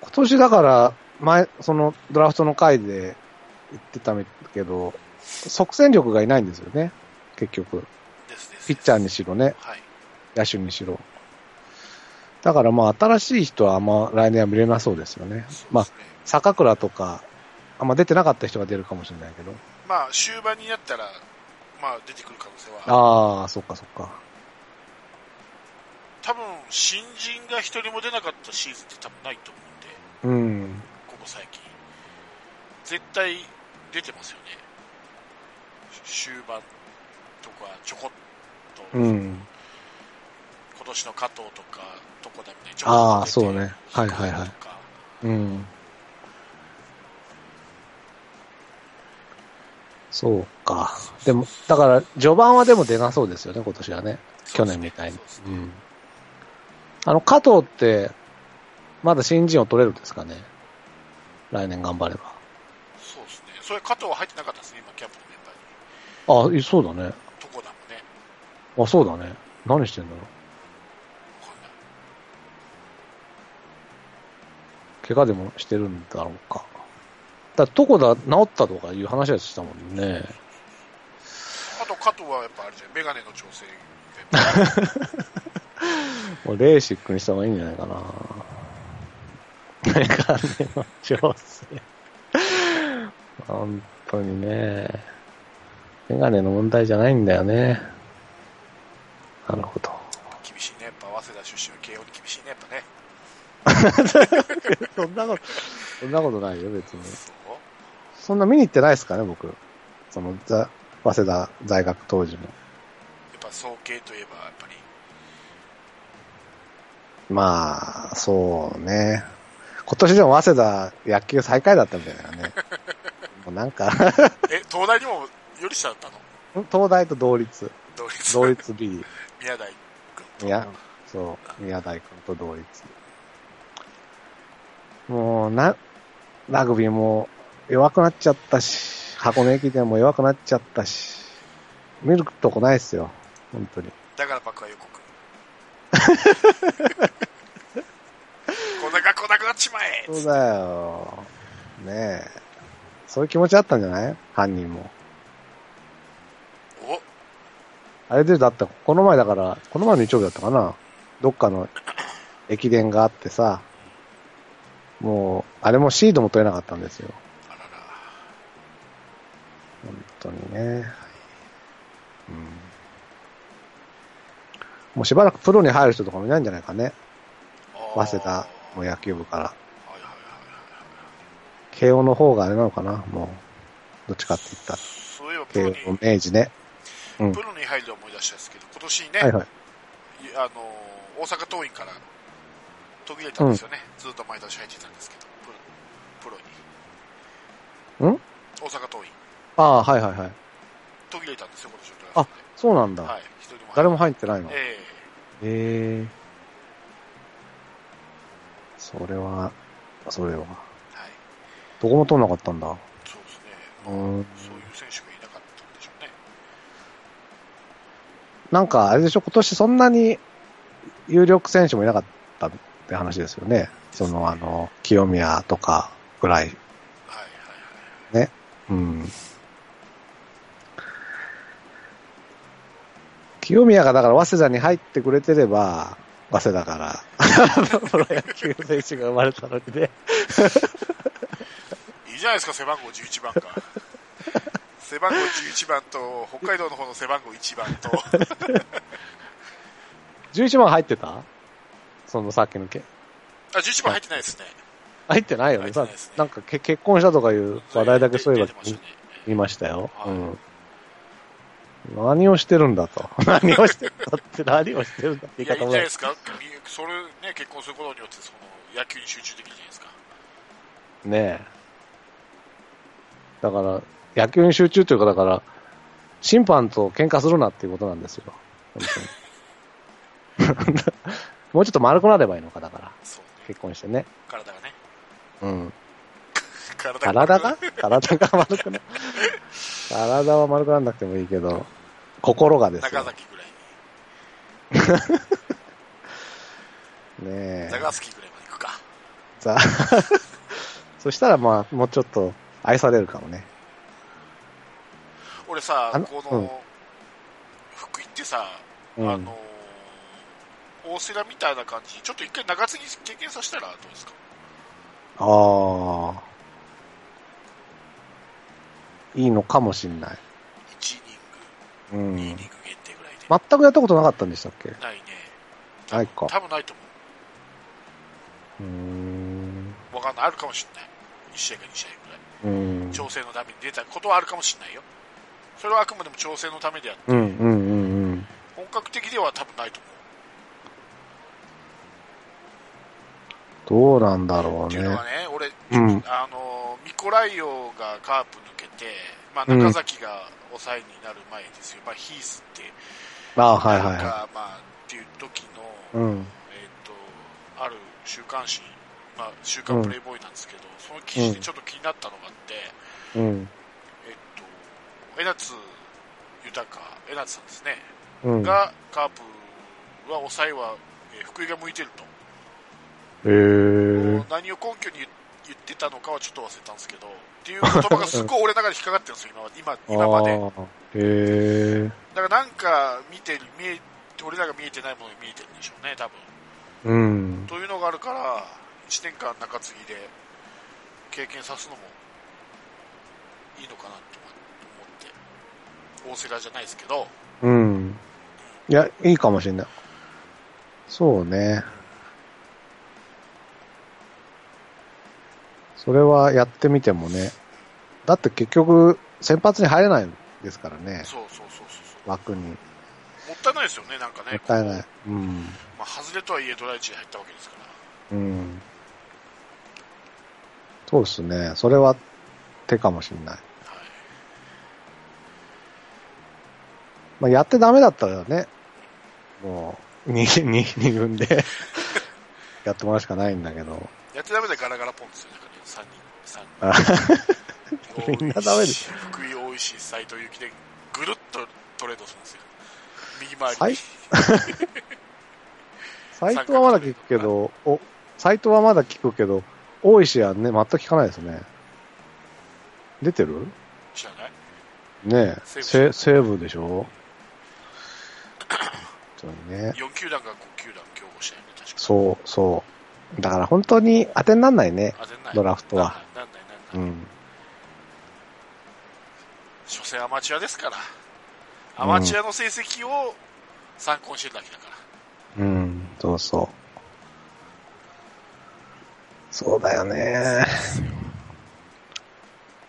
[SPEAKER 2] 今年だから、前、そのドラフトの回で言ってたけど、即戦力がいないんですよね。結局。
[SPEAKER 3] ですです。
[SPEAKER 2] ピッチャー
[SPEAKER 3] で
[SPEAKER 2] に
[SPEAKER 3] す
[SPEAKER 2] しろね、
[SPEAKER 3] はい。
[SPEAKER 2] 野手にしろ。だからまあ、新しい人はあんま来年は見れなそうですよね。まあ、
[SPEAKER 3] そうですね
[SPEAKER 2] 坂倉とか、あんま出てなかった人が出るかもしれないけど。
[SPEAKER 3] まあ、終盤になったら、まあ、出てくる可能性は。
[SPEAKER 2] ああ、そっかそっか。
[SPEAKER 3] 多分、新人が一人も出なかったシーズンって多分ないと思うんで、
[SPEAKER 2] うん。
[SPEAKER 3] ここ最近。絶対出てますよね。終盤とか、ちょこっと、
[SPEAKER 2] うん。
[SPEAKER 3] 今年の加藤とか、どこだみたいなちょこっと出て。
[SPEAKER 2] ああ、そうね。はいはいはい
[SPEAKER 3] と。か
[SPEAKER 2] うん。そうか。でも、だから、序盤はでも出なそうですよね、今年はね。去年みたいに
[SPEAKER 3] そうです。
[SPEAKER 2] う
[SPEAKER 3] ね
[SPEAKER 2] ん。あの、加藤って、まだ新人を取れるんですかね。来年頑張れば。
[SPEAKER 3] そうですね。それ加藤は入ってなかったですね、今、キャンプのメンバーに。
[SPEAKER 2] あ、いそうだね。
[SPEAKER 3] とこだもね。
[SPEAKER 2] あ、そうだね。何してんだろ
[SPEAKER 3] わかんない。
[SPEAKER 2] 怪我でもしてるんだろうか。だから、床田治ったとかいう話はしたもんね。
[SPEAKER 3] あと加藤はやっぱあれじゃん、メガネの調整。
[SPEAKER 2] もうレーシックにした方がいいんじゃないかな。メガネの調整。本当にね。メガネの問題じゃないんだよね。なるほど。
[SPEAKER 3] 厳しいね、やっぱ早稲田出身の慶応に厳しいね、やっぱ
[SPEAKER 2] そ
[SPEAKER 3] ね。
[SPEAKER 2] んなこと、そんなことないよ、別に。
[SPEAKER 3] そう
[SPEAKER 2] そんな見に行ってないですかね、僕。その、ざ早稲田在学当時も。
[SPEAKER 3] やっぱ総計といえば、やっぱり、
[SPEAKER 2] まあ、そうね。今年でも早稲田野球最下位だったみたいだよね。 もうなんか、
[SPEAKER 3] え、東大にもより下だったの
[SPEAKER 2] 東大と同率。
[SPEAKER 3] 同率。
[SPEAKER 2] 同率 B。
[SPEAKER 3] 宮台君と。
[SPEAKER 2] いや、そう、宮台君と同率。もう、な、ラグビーも弱くなっちゃったし、箱根駅伝も弱くなっちゃったし、見るとこないっすよ、本当に。
[SPEAKER 3] だから爆破 予告。こんな学校なくなっちまえ
[SPEAKER 2] そうだよ。ねえ。そういう気持ちあったんじゃない犯人も。
[SPEAKER 3] お
[SPEAKER 2] あれで、だって、この前だから、この前の日曜日だったかなどっかの駅伝があってさ、もう、あれもシードも取れなかったんですよ。
[SPEAKER 3] あらら。
[SPEAKER 2] 本当にね。うん。もうしばらくプロに入る人とかもいないんじゃないかね。
[SPEAKER 3] あ
[SPEAKER 2] 早
[SPEAKER 3] ー
[SPEAKER 2] 稲田の野球部から。
[SPEAKER 3] はいはいはいはい。
[SPEAKER 2] 慶応の方があれなのかなもう、どっちかって言ったら。
[SPEAKER 3] そういえばプロ
[SPEAKER 2] 慶応
[SPEAKER 3] に、
[SPEAKER 2] 明治ね。うん
[SPEAKER 3] プロに入るで思い出したんですけど、今年ね、
[SPEAKER 2] はいはい。
[SPEAKER 3] いあのー、大阪桐蔭から途切れたんですよね。ずっと毎年入ってたんですけど、プロプロに。
[SPEAKER 2] ん
[SPEAKER 3] 大阪桐蔭。
[SPEAKER 2] ああ、はいはいはい。
[SPEAKER 3] 途切れたんですよ、今年のドラ
[SPEAKER 2] あ
[SPEAKER 3] フトで。、
[SPEAKER 2] そうなんだ。
[SPEAKER 3] はい、一人も入らない
[SPEAKER 2] 誰も入ってないの。へ
[SPEAKER 3] え
[SPEAKER 2] えそれは、それは。
[SPEAKER 3] えはい。
[SPEAKER 2] どこも取んなかったんだ。
[SPEAKER 3] そうですね。
[SPEAKER 2] う
[SPEAKER 3] まあ
[SPEAKER 2] ん。
[SPEAKER 3] そういう選手がいなかったんでしょうね。
[SPEAKER 2] なんか、あれでしょ、今年そんなに有力選手もいなかったって話ですよね。その、あの、清宮とかぐらい。
[SPEAKER 3] はいはい
[SPEAKER 2] うん。清宮がだから早稲田に入ってくれてれば、早稲田から プロ野球選手が生まれたのにね。
[SPEAKER 3] はい。いいじゃないですか、背番号11 番か。背番号11番と、北海道の方の背番号1番と、
[SPEAKER 2] 11番入ってたそのさっきのけ。
[SPEAKER 3] あ、11番入ってないですね。
[SPEAKER 2] 入ってないよね。
[SPEAKER 3] 入ってな
[SPEAKER 2] さ
[SPEAKER 3] いですね
[SPEAKER 2] なんかけ結婚したとかいう話題だけそういえば
[SPEAKER 3] 出てましたね
[SPEAKER 2] 見ましたよ。
[SPEAKER 3] は
[SPEAKER 2] う
[SPEAKER 3] い
[SPEAKER 2] ん。何をしてるんだと。 何をしてるんだって、何をしてるんだって
[SPEAKER 3] い
[SPEAKER 2] 言
[SPEAKER 3] や、
[SPEAKER 2] い方
[SPEAKER 3] いいんじゃ
[SPEAKER 2] も
[SPEAKER 3] ないですか。みそれね、結婚することによって、その、野球に集中できるじゃないですか。
[SPEAKER 2] ねえ。だから、野球に集中というか、だから、審判と喧嘩するなっていうことなんですよ。本当に もうちょっと丸くなればいいのか、だから。
[SPEAKER 3] そうね。
[SPEAKER 2] 結婚してね。
[SPEAKER 3] 体がね。
[SPEAKER 2] うん。
[SPEAKER 3] 体が。
[SPEAKER 2] 体が体が丸 くな、体は丸くなんなくてもいいけど、心がです
[SPEAKER 3] 長
[SPEAKER 2] よ。
[SPEAKER 3] 崎ぐらいに。
[SPEAKER 2] ねえ。
[SPEAKER 3] 長崎ぐらいまで行くか。
[SPEAKER 2] さそしたらまあ、もうちょっと愛されるかもね。
[SPEAKER 3] 俺さ
[SPEAKER 2] あの、
[SPEAKER 3] こ
[SPEAKER 2] うん
[SPEAKER 3] の、福井ってさ、あ
[SPEAKER 2] うん
[SPEAKER 3] のー、大瀬良みたいな感じに、ちょっと一回長継ぎ経験させたらどうですか
[SPEAKER 2] ああ。いいのかもしんない。
[SPEAKER 3] ?1 イ
[SPEAKER 2] う
[SPEAKER 3] ニング、2イニン
[SPEAKER 2] ん
[SPEAKER 3] グ。限定ぐらいで。
[SPEAKER 2] 全くやったことなかったんでしたっけう
[SPEAKER 3] ないね。
[SPEAKER 2] ないか
[SPEAKER 3] 多分ないと思
[SPEAKER 2] ーん。
[SPEAKER 3] う。わかんない。あるかもしんない。1試合か2試合ぐらい。
[SPEAKER 2] うん。
[SPEAKER 3] 調整のために出たことはあるかもしんないよ。それはあくまでも調整のためであって、
[SPEAKER 2] うんうんうんうん。
[SPEAKER 3] 本格的では多分ないと思う。
[SPEAKER 2] どうなんだろ
[SPEAKER 3] っ
[SPEAKER 2] う
[SPEAKER 3] ていうの
[SPEAKER 2] ね
[SPEAKER 3] は。ね、俺、
[SPEAKER 2] うん
[SPEAKER 3] あの、ミコライオがカープ抜けて、まあ、中崎が抑えになる前ですよ。まあ、ヒースって、
[SPEAKER 2] ああ、はいはい
[SPEAKER 3] なん
[SPEAKER 2] は
[SPEAKER 3] か、まあ、っていう時の、
[SPEAKER 2] い。うん。
[SPEAKER 3] えっ、と、ある週刊誌、まあ、週刊プレイボーイなんですけど、その記事でちょっと気になったのがあって、
[SPEAKER 2] うん。
[SPEAKER 3] えっ、と、江夏豊、江夏さんですね、
[SPEAKER 2] うん。へ
[SPEAKER 3] が、カープは抑えは、えー福井が向いてると。
[SPEAKER 2] え。へえ
[SPEAKER 3] 何を根拠に言言ってたのかはちょっと忘れたんですけど、っていう言葉がすっごい俺の中で引っかかってるんですよ、今まで今今まで。
[SPEAKER 2] あーへえ
[SPEAKER 3] だからなんか見てる、見え、俺らが見えてないものに見えてるんでしょうね、多分。
[SPEAKER 2] うん。
[SPEAKER 3] というのがあるから、1年間中継ぎで経験さすのもいいのかなと思って、大瀬良じゃないですけど、
[SPEAKER 2] うん。いや、いいかもしれない。そうね。それはやってみてもね。だって結局、先発に入れないんですからね、
[SPEAKER 3] そうそうそうそうそ
[SPEAKER 2] 枠に。も
[SPEAKER 3] う、もったいないですよね、なんかね、
[SPEAKER 2] ったいない。うん。
[SPEAKER 3] こうまあ、外れとはいえドライチに入ったわけですから、
[SPEAKER 2] うん。そうですね。それは手かもしれない。まあ、やってダメだったらね、もう、にに二軍 で、やってもらうしかないんだけど。
[SPEAKER 3] やってダメでガラガラポンですよ、だからね、3人、3人。
[SPEAKER 2] あみんなダメで
[SPEAKER 3] し福井大石、斎藤幸でぐるっとトレードするんですよ。右回
[SPEAKER 2] 斎
[SPEAKER 3] り。
[SPEAKER 2] 斎藤はまだ聞くけど、お、斎藤はまだ聞くけど、大石はね、全く聞かないですね。出てる
[SPEAKER 3] 知らない
[SPEAKER 2] ねえ、
[SPEAKER 3] 西
[SPEAKER 2] せ
[SPEAKER 3] 武
[SPEAKER 2] 西武でし ょ本当にね。
[SPEAKER 3] ?4 球団が5球団競合したよね、確か
[SPEAKER 2] そう、そう。だから本当に当てになんないね。
[SPEAKER 3] あ出ない
[SPEAKER 2] ドラフトは。
[SPEAKER 3] なんない、なんない。
[SPEAKER 2] う
[SPEAKER 3] なんない
[SPEAKER 2] ん。
[SPEAKER 3] 所詮アマチュアですから。アマチュアの成績を参考にしてるだけだから。
[SPEAKER 2] うん、そうそう。そうだよね。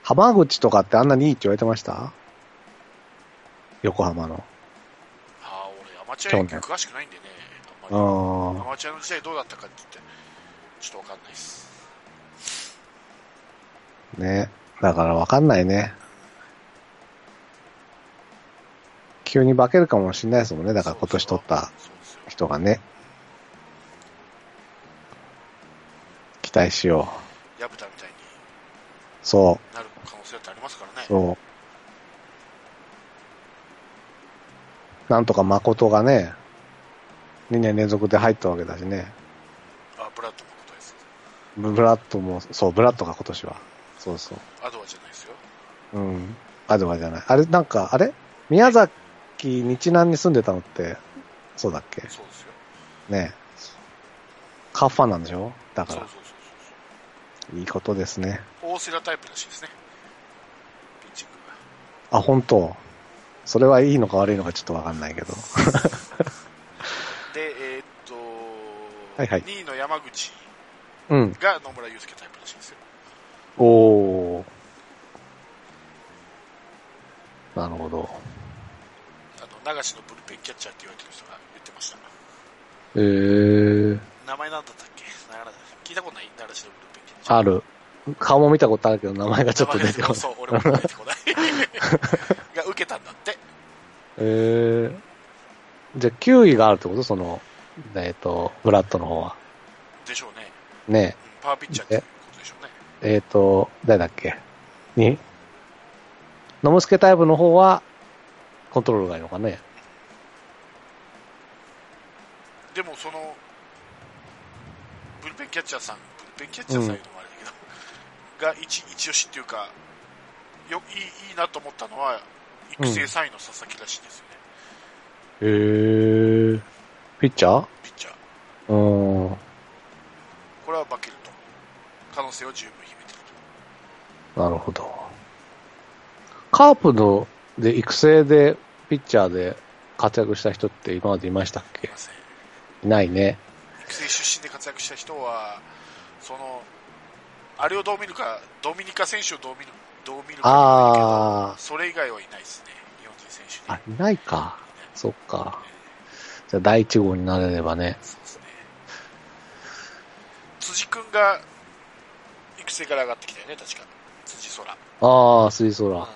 [SPEAKER 2] 浜口とかってあんなにいいって言われてました横浜の。
[SPEAKER 3] ああ、俺アマチュア野球詳しくないんでね。あんまりア
[SPEAKER 2] あ
[SPEAKER 3] マチュアの時代どうだったかって言って、ちょっとわかんないです。
[SPEAKER 2] あ、ね。だからわかんないね。急に化けるかもしれないですもんね。だから今年取った
[SPEAKER 3] そうですよ。
[SPEAKER 2] 人がね。期待しよ
[SPEAKER 3] ヤブタみたいに
[SPEAKER 2] う。そ
[SPEAKER 3] なる可能性だってありますからね。
[SPEAKER 2] う、そう。なんとか誠がね、2年連続で入ったわけだしね。
[SPEAKER 3] あ、ブラッドのことです。
[SPEAKER 2] ブブラッドも、そう、ブラッドが今年は。そうそう。
[SPEAKER 3] アドアじゃないですよ。
[SPEAKER 2] うん。アドバじゃない。あれ、なんか、あれ宮崎、日南に住んでたのって、そうだっけ
[SPEAKER 3] そうですよ。
[SPEAKER 2] ねえカーファンなんでしょだ
[SPEAKER 3] そ
[SPEAKER 2] か
[SPEAKER 3] うそう
[SPEAKER 2] ら、
[SPEAKER 3] そうそ
[SPEAKER 2] いいことですね。
[SPEAKER 3] う。大瀬良タイプらしいですね。ピッチングが。
[SPEAKER 2] あ、本当それはいいのか悪いのかちょっとわかんないけど。
[SPEAKER 3] で、えーっと、
[SPEAKER 2] はいはい
[SPEAKER 3] 2位の山口
[SPEAKER 2] うん。
[SPEAKER 3] が野村祐介タイプらしいですよ。
[SPEAKER 2] おー。なるほど。
[SPEAKER 3] あの、流しのブルペンキャッチャーって言われてる人が言ってました。
[SPEAKER 2] えー、
[SPEAKER 3] 名前なんだったっけなら聞いたことない流しのブルペンキャッチャー。
[SPEAKER 2] ある。顔も見たことあるけど、名前がちょっと
[SPEAKER 3] 名前
[SPEAKER 2] 出てこない。
[SPEAKER 3] そう、俺も出てこない。 が受けたんだって。
[SPEAKER 2] えー、じゃあ、9位があるってことその、えっ、と、ブラッドの方は。
[SPEAKER 3] でしょうね。
[SPEAKER 2] ね
[SPEAKER 3] うんパワーピッチャーっていうことでしょうね。
[SPEAKER 2] え、えっ、と、誰だっけに、ノムスケタイプの方は、コントロールがいいのかね。
[SPEAKER 3] でもその、ブルペンキャッチャーさん、ブルペンキャッチャーさんいうのもあれだけど、が一一押しっていうか、よいいいいなと思ったのは、育成3位の佐々木らしいですよね、
[SPEAKER 2] えー、ピッチャー
[SPEAKER 3] ピッチャー。
[SPEAKER 2] うーん。
[SPEAKER 3] これは化けると思う。可能性を十分秘めてる
[SPEAKER 2] なるほど。カープので育成で、ピッチャーで活躍した人って今までいましたっ
[SPEAKER 3] と。い
[SPEAKER 2] け
[SPEAKER 3] ません。
[SPEAKER 2] いないね。
[SPEAKER 3] 育成出身で活躍した人は、その、あれをどう見るか、ドミニカ選手をどう見るどう見るかによるけど
[SPEAKER 2] あ
[SPEAKER 3] それ以外はいないですね、日本人選手
[SPEAKER 2] ー、あ
[SPEAKER 3] で。、
[SPEAKER 2] いないか。そっか。じゃあ、第一号になれればね。
[SPEAKER 3] そうですね。辻君が育成から上がってきたよね、確か。辻空。
[SPEAKER 2] ああ、水
[SPEAKER 3] うん
[SPEAKER 2] 空。、
[SPEAKER 3] 今2軍で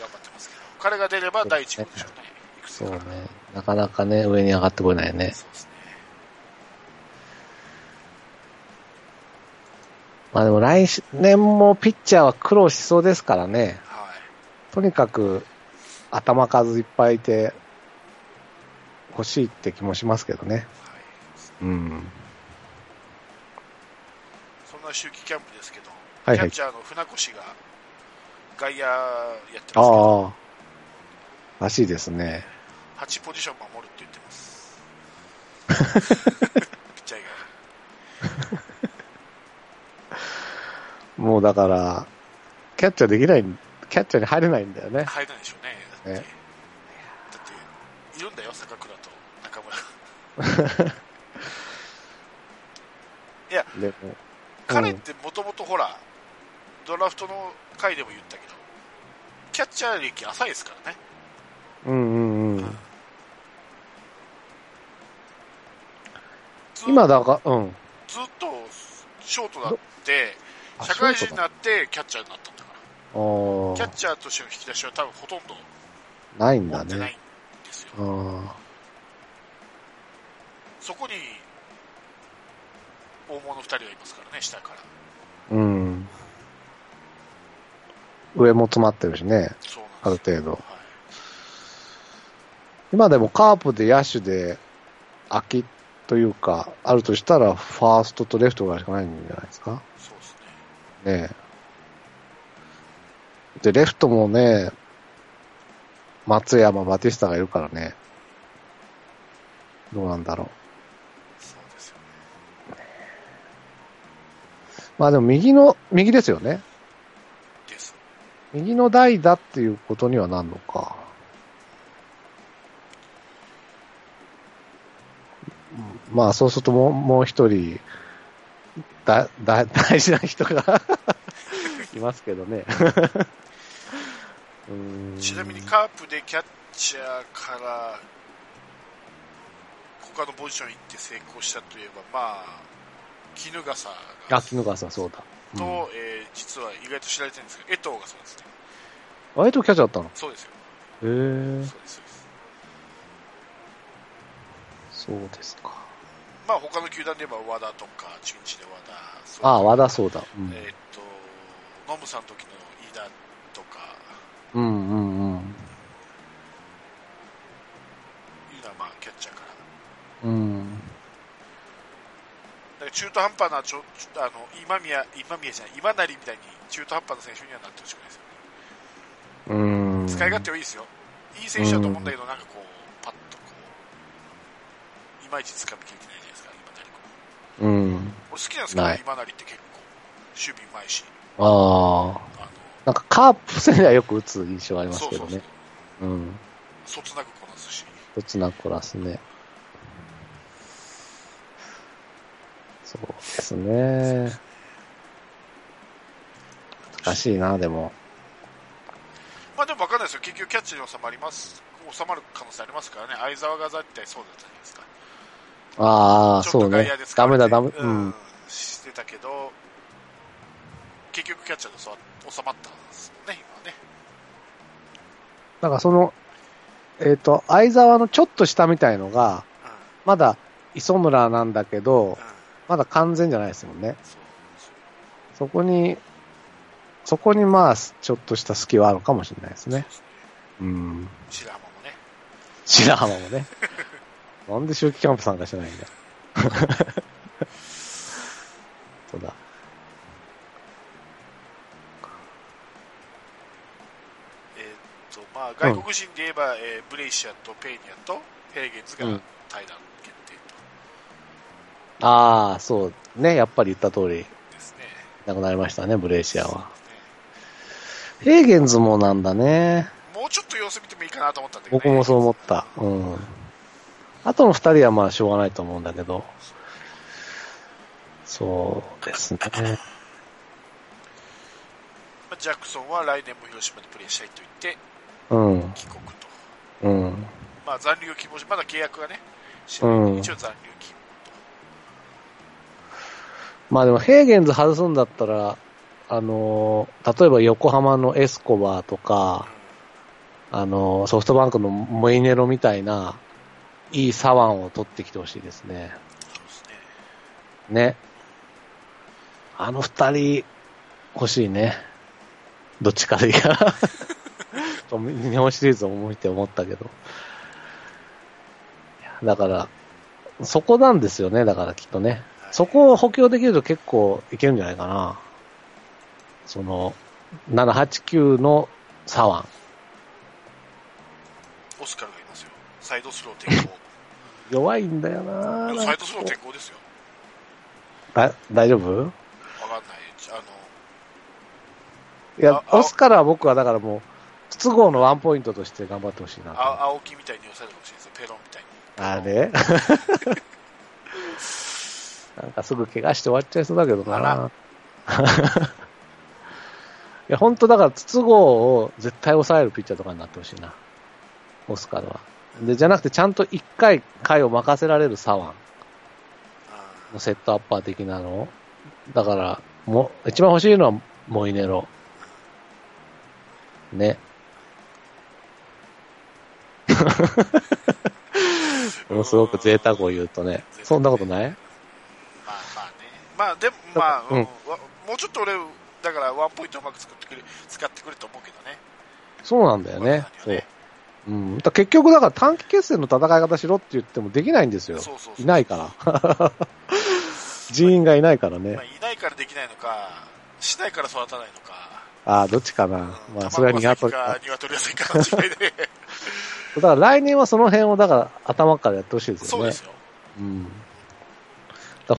[SPEAKER 3] 頑張ってますけど。彼が出れば第一号でしょうね、育成
[SPEAKER 2] そう
[SPEAKER 3] か
[SPEAKER 2] ね
[SPEAKER 3] ら。。
[SPEAKER 2] なかなかね、上に上がってこれないね。
[SPEAKER 3] そうですね。
[SPEAKER 2] まあでも来年もピッチャーは苦労しそうですからね。
[SPEAKER 3] はい。
[SPEAKER 2] とにかく頭数いっぱいいて欲しいって気もしますけどね。
[SPEAKER 3] はい
[SPEAKER 2] うん。
[SPEAKER 3] の秋季キャンプですけど、
[SPEAKER 2] はい
[SPEAKER 3] キ
[SPEAKER 2] は
[SPEAKER 3] ャ
[SPEAKER 2] い
[SPEAKER 3] ッ。チャーの船越が外野やってますけど、
[SPEAKER 2] ああ。らしいですね。
[SPEAKER 3] 8ポジション守るって言ってます。ピッチャー以
[SPEAKER 2] もうだから、キャッチャーできない、キャッチャーに入れないんだよね
[SPEAKER 3] 外。。入らないでしょうね。だって、
[SPEAKER 2] ね
[SPEAKER 3] だっているんだよ、坂倉と中村。
[SPEAKER 2] でも、
[SPEAKER 3] 彼ってもともとほら、ドラフトの回でも言ったけど、キャッチャー歴浅いですからね。
[SPEAKER 2] うんうんうん。
[SPEAKER 3] ず
[SPEAKER 2] 今だが、うん。
[SPEAKER 3] ずっとショートだって、社会人になってキャッチャーになったんだから。
[SPEAKER 2] お
[SPEAKER 3] キャッチャーとしての引き出しは多分ほとんど
[SPEAKER 2] ないん
[SPEAKER 3] 持
[SPEAKER 2] だ
[SPEAKER 3] ってない
[SPEAKER 2] ね。
[SPEAKER 3] んですよ。
[SPEAKER 2] うん。
[SPEAKER 3] そこに、大物二人はいますからね、下から。
[SPEAKER 2] うん。上も詰まってるしね、
[SPEAKER 3] そう
[SPEAKER 2] あ
[SPEAKER 3] なん
[SPEAKER 2] る
[SPEAKER 3] ですよ。
[SPEAKER 2] 程度。
[SPEAKER 3] はい
[SPEAKER 2] 今でもカープで野手で空きというか、あるとしたら、ファーストとレフトぐらいしかないんじゃないですか。
[SPEAKER 3] そうですね。
[SPEAKER 2] ねえ。で、レフトもね、松山、バティスタがいるからね。どうなんだろう。
[SPEAKER 3] そうですよね。
[SPEAKER 2] まあでも右の、右ですよね。
[SPEAKER 3] です。
[SPEAKER 2] 右の代打っていうことにはなんのか。うんまあそうするともう、もう一人、だ、だ、 大事な人が、 いますけどね。 うーん
[SPEAKER 3] ちなみにカープでキャッチャーから、他のポジション行って成功したといえば、まあ、衣笠が
[SPEAKER 2] あ、絹川さんそうだ。
[SPEAKER 3] と、
[SPEAKER 2] うん
[SPEAKER 3] えー実は意外と知られてるんですけど、江藤がそうですね。
[SPEAKER 2] 割とキャッチャーだっ
[SPEAKER 3] そうですよ。
[SPEAKER 2] たのへえ
[SPEAKER 3] そうです、そうです。
[SPEAKER 2] そうですか。
[SPEAKER 3] まあ、他の球団で言えば和田とか、中日で和田、そう
[SPEAKER 2] ああ、和田そうだ。うん、
[SPEAKER 3] えーっと、ノムさんの時の飯田とか、
[SPEAKER 2] うんうんうん。
[SPEAKER 3] いうのはまあ、キャッチャーから。
[SPEAKER 2] うん。
[SPEAKER 3] だから中途半端なちょ、ちょあの、今宮、今宮じゃない、今成みたいに中途半端な選手にはなってほしくないですよね。
[SPEAKER 2] うん。
[SPEAKER 3] 使い勝手はいいですよ。いい選手だと思うんだけど、なんかこう、パッとこう、いまいち掴みきれてないじゃないですか、今成君。
[SPEAKER 2] うん。
[SPEAKER 3] 俺好きなんですけど、
[SPEAKER 2] はい
[SPEAKER 3] 今成って結構、守備うまいし、
[SPEAKER 2] ああ。
[SPEAKER 3] あ
[SPEAKER 2] なんかカープ戦ではよく打つ印象あり
[SPEAKER 3] の、
[SPEAKER 2] ます
[SPEAKER 3] そう
[SPEAKER 2] け
[SPEAKER 3] そ
[SPEAKER 2] ど
[SPEAKER 3] うそう
[SPEAKER 2] ね。。うん。
[SPEAKER 3] そつなくこなすし。
[SPEAKER 2] 打つなこらすね。そうですね。難しいな、でも。
[SPEAKER 3] まあでも分かんないですよ、結局キャッチャーに収まります、収まる可能性ありますからね、相沢がだってそうだったじゃないですか、
[SPEAKER 2] ああ、
[SPEAKER 3] ちょっ
[SPEAKER 2] そ
[SPEAKER 3] と
[SPEAKER 2] う
[SPEAKER 3] 外
[SPEAKER 2] ね
[SPEAKER 3] 野です。
[SPEAKER 2] ダメだ、ダメ。
[SPEAKER 3] う
[SPEAKER 2] うんん。、
[SPEAKER 3] してたけど、結局キャッチャーで収ま収まったんですもんね、今はね、
[SPEAKER 2] なんかその、えっ、と、相沢のちょっと下みたいのが、まだ磯村なんだけど
[SPEAKER 3] うん、、うん、
[SPEAKER 2] まだ完全じゃないですもんね。
[SPEAKER 3] そうそ
[SPEAKER 2] そ
[SPEAKER 3] う
[SPEAKER 2] こに、そこにまあ、ちょっとした隙はあるかもしれないです
[SPEAKER 3] そう
[SPEAKER 2] ね
[SPEAKER 3] で。すね、
[SPEAKER 2] うん。
[SPEAKER 3] 白浜もね、
[SPEAKER 2] 白浜もね。 なんで秋季キャンプ参加してないんだ。 そうだ。
[SPEAKER 3] えーっとまあ、外国人で言えば、えーブレイシアとペーニャとヘーゲンズが
[SPEAKER 2] うん
[SPEAKER 3] 対談決定
[SPEAKER 2] ああ、そう。ね、やっぱり言った通り、
[SPEAKER 3] とですね。
[SPEAKER 2] なくなりましたね、ブレイシアは。
[SPEAKER 3] ね
[SPEAKER 2] ヘーゲンズもなんだね。
[SPEAKER 3] もうちょっと様子見てもいいかなと思ったんだけどね、
[SPEAKER 2] 僕もそう思った。うん。あとの二人はまあ、しょうがないと思うんだけど。そうですね。
[SPEAKER 3] まあジャクソンは来年も広島でプレーしたいと言って
[SPEAKER 2] うん。
[SPEAKER 3] 帰国と。
[SPEAKER 2] うん。
[SPEAKER 3] まあ残留を希望し、まだ契約がね、し
[SPEAKER 2] うん
[SPEAKER 3] 一応残留希望。
[SPEAKER 2] まあでも、ヘーゲンズ外すんだったら、あのー例えば横浜のエスコバーとか、あのーソフトバンクのモイネロみたいな、いいサワンを取ってきてほしいですね。
[SPEAKER 3] そうですね。
[SPEAKER 2] ね。あの二人、欲しいね。どっちかでいいから 日本シリーズを思いて思ったけど。いやだから、そこなんですよね、だからきっとね。
[SPEAKER 3] はい
[SPEAKER 2] そこを補強できると結構いけるんじゃないかな。その、7、8、9の左
[SPEAKER 3] オスカルがいますよ。サイドスロー 転向。
[SPEAKER 2] 腕。弱いんだよな
[SPEAKER 3] でもサイドスロー転向ですよ。
[SPEAKER 2] だ大丈夫
[SPEAKER 3] わかんない。あの、
[SPEAKER 2] いや、
[SPEAKER 3] あ
[SPEAKER 2] オスカルは僕はだからもう、不都合のワンポイントとして頑張ってほしいなと。
[SPEAKER 3] あ青木みたいに寄せるかもしれないですよ。ペロンみた
[SPEAKER 2] あ
[SPEAKER 3] いに。
[SPEAKER 2] れなんかすぐ怪我して終わっちゃいそうだけど
[SPEAKER 3] あ
[SPEAKER 2] な
[SPEAKER 3] ら。
[SPEAKER 2] いや、本当だから、筒香を絶対抑えるピッチャーとかになってほしいな。オスカルは。で、じゃなくて、ちゃんと一回、回を任せられる左腕
[SPEAKER 3] あ
[SPEAKER 2] のセットアッパー的なのをだから、も、一番欲しいのはモイネロ。ね。ものすごく贅沢を言うとね。そんなことない
[SPEAKER 3] まあまあね。まあでも、まあ、
[SPEAKER 2] うん
[SPEAKER 3] うんわもうちょっと俺、だからワンポイントうまく作ってくれ、使ってくれと思うけどね。
[SPEAKER 2] そうなんだよね。
[SPEAKER 3] そうなんだよね
[SPEAKER 2] そう。うん。だから結局、だから短期決戦の戦い方しろって言ってもできないんですよ。
[SPEAKER 3] そうそうそう
[SPEAKER 2] いないから。 人員がいないから
[SPEAKER 3] まあ、
[SPEAKER 2] ね。
[SPEAKER 3] いないからできないのか、しないから育たないのか。
[SPEAKER 2] ああ、どっちかな。
[SPEAKER 3] うん
[SPEAKER 2] まあ、それは苦手。
[SPEAKER 3] 卵が先か、鶏が先かの違いで。
[SPEAKER 2] だから来年はその辺を、だから頭からやってほしいです
[SPEAKER 3] そ
[SPEAKER 2] よ
[SPEAKER 3] う
[SPEAKER 2] ね。
[SPEAKER 3] ですよ。
[SPEAKER 2] うん。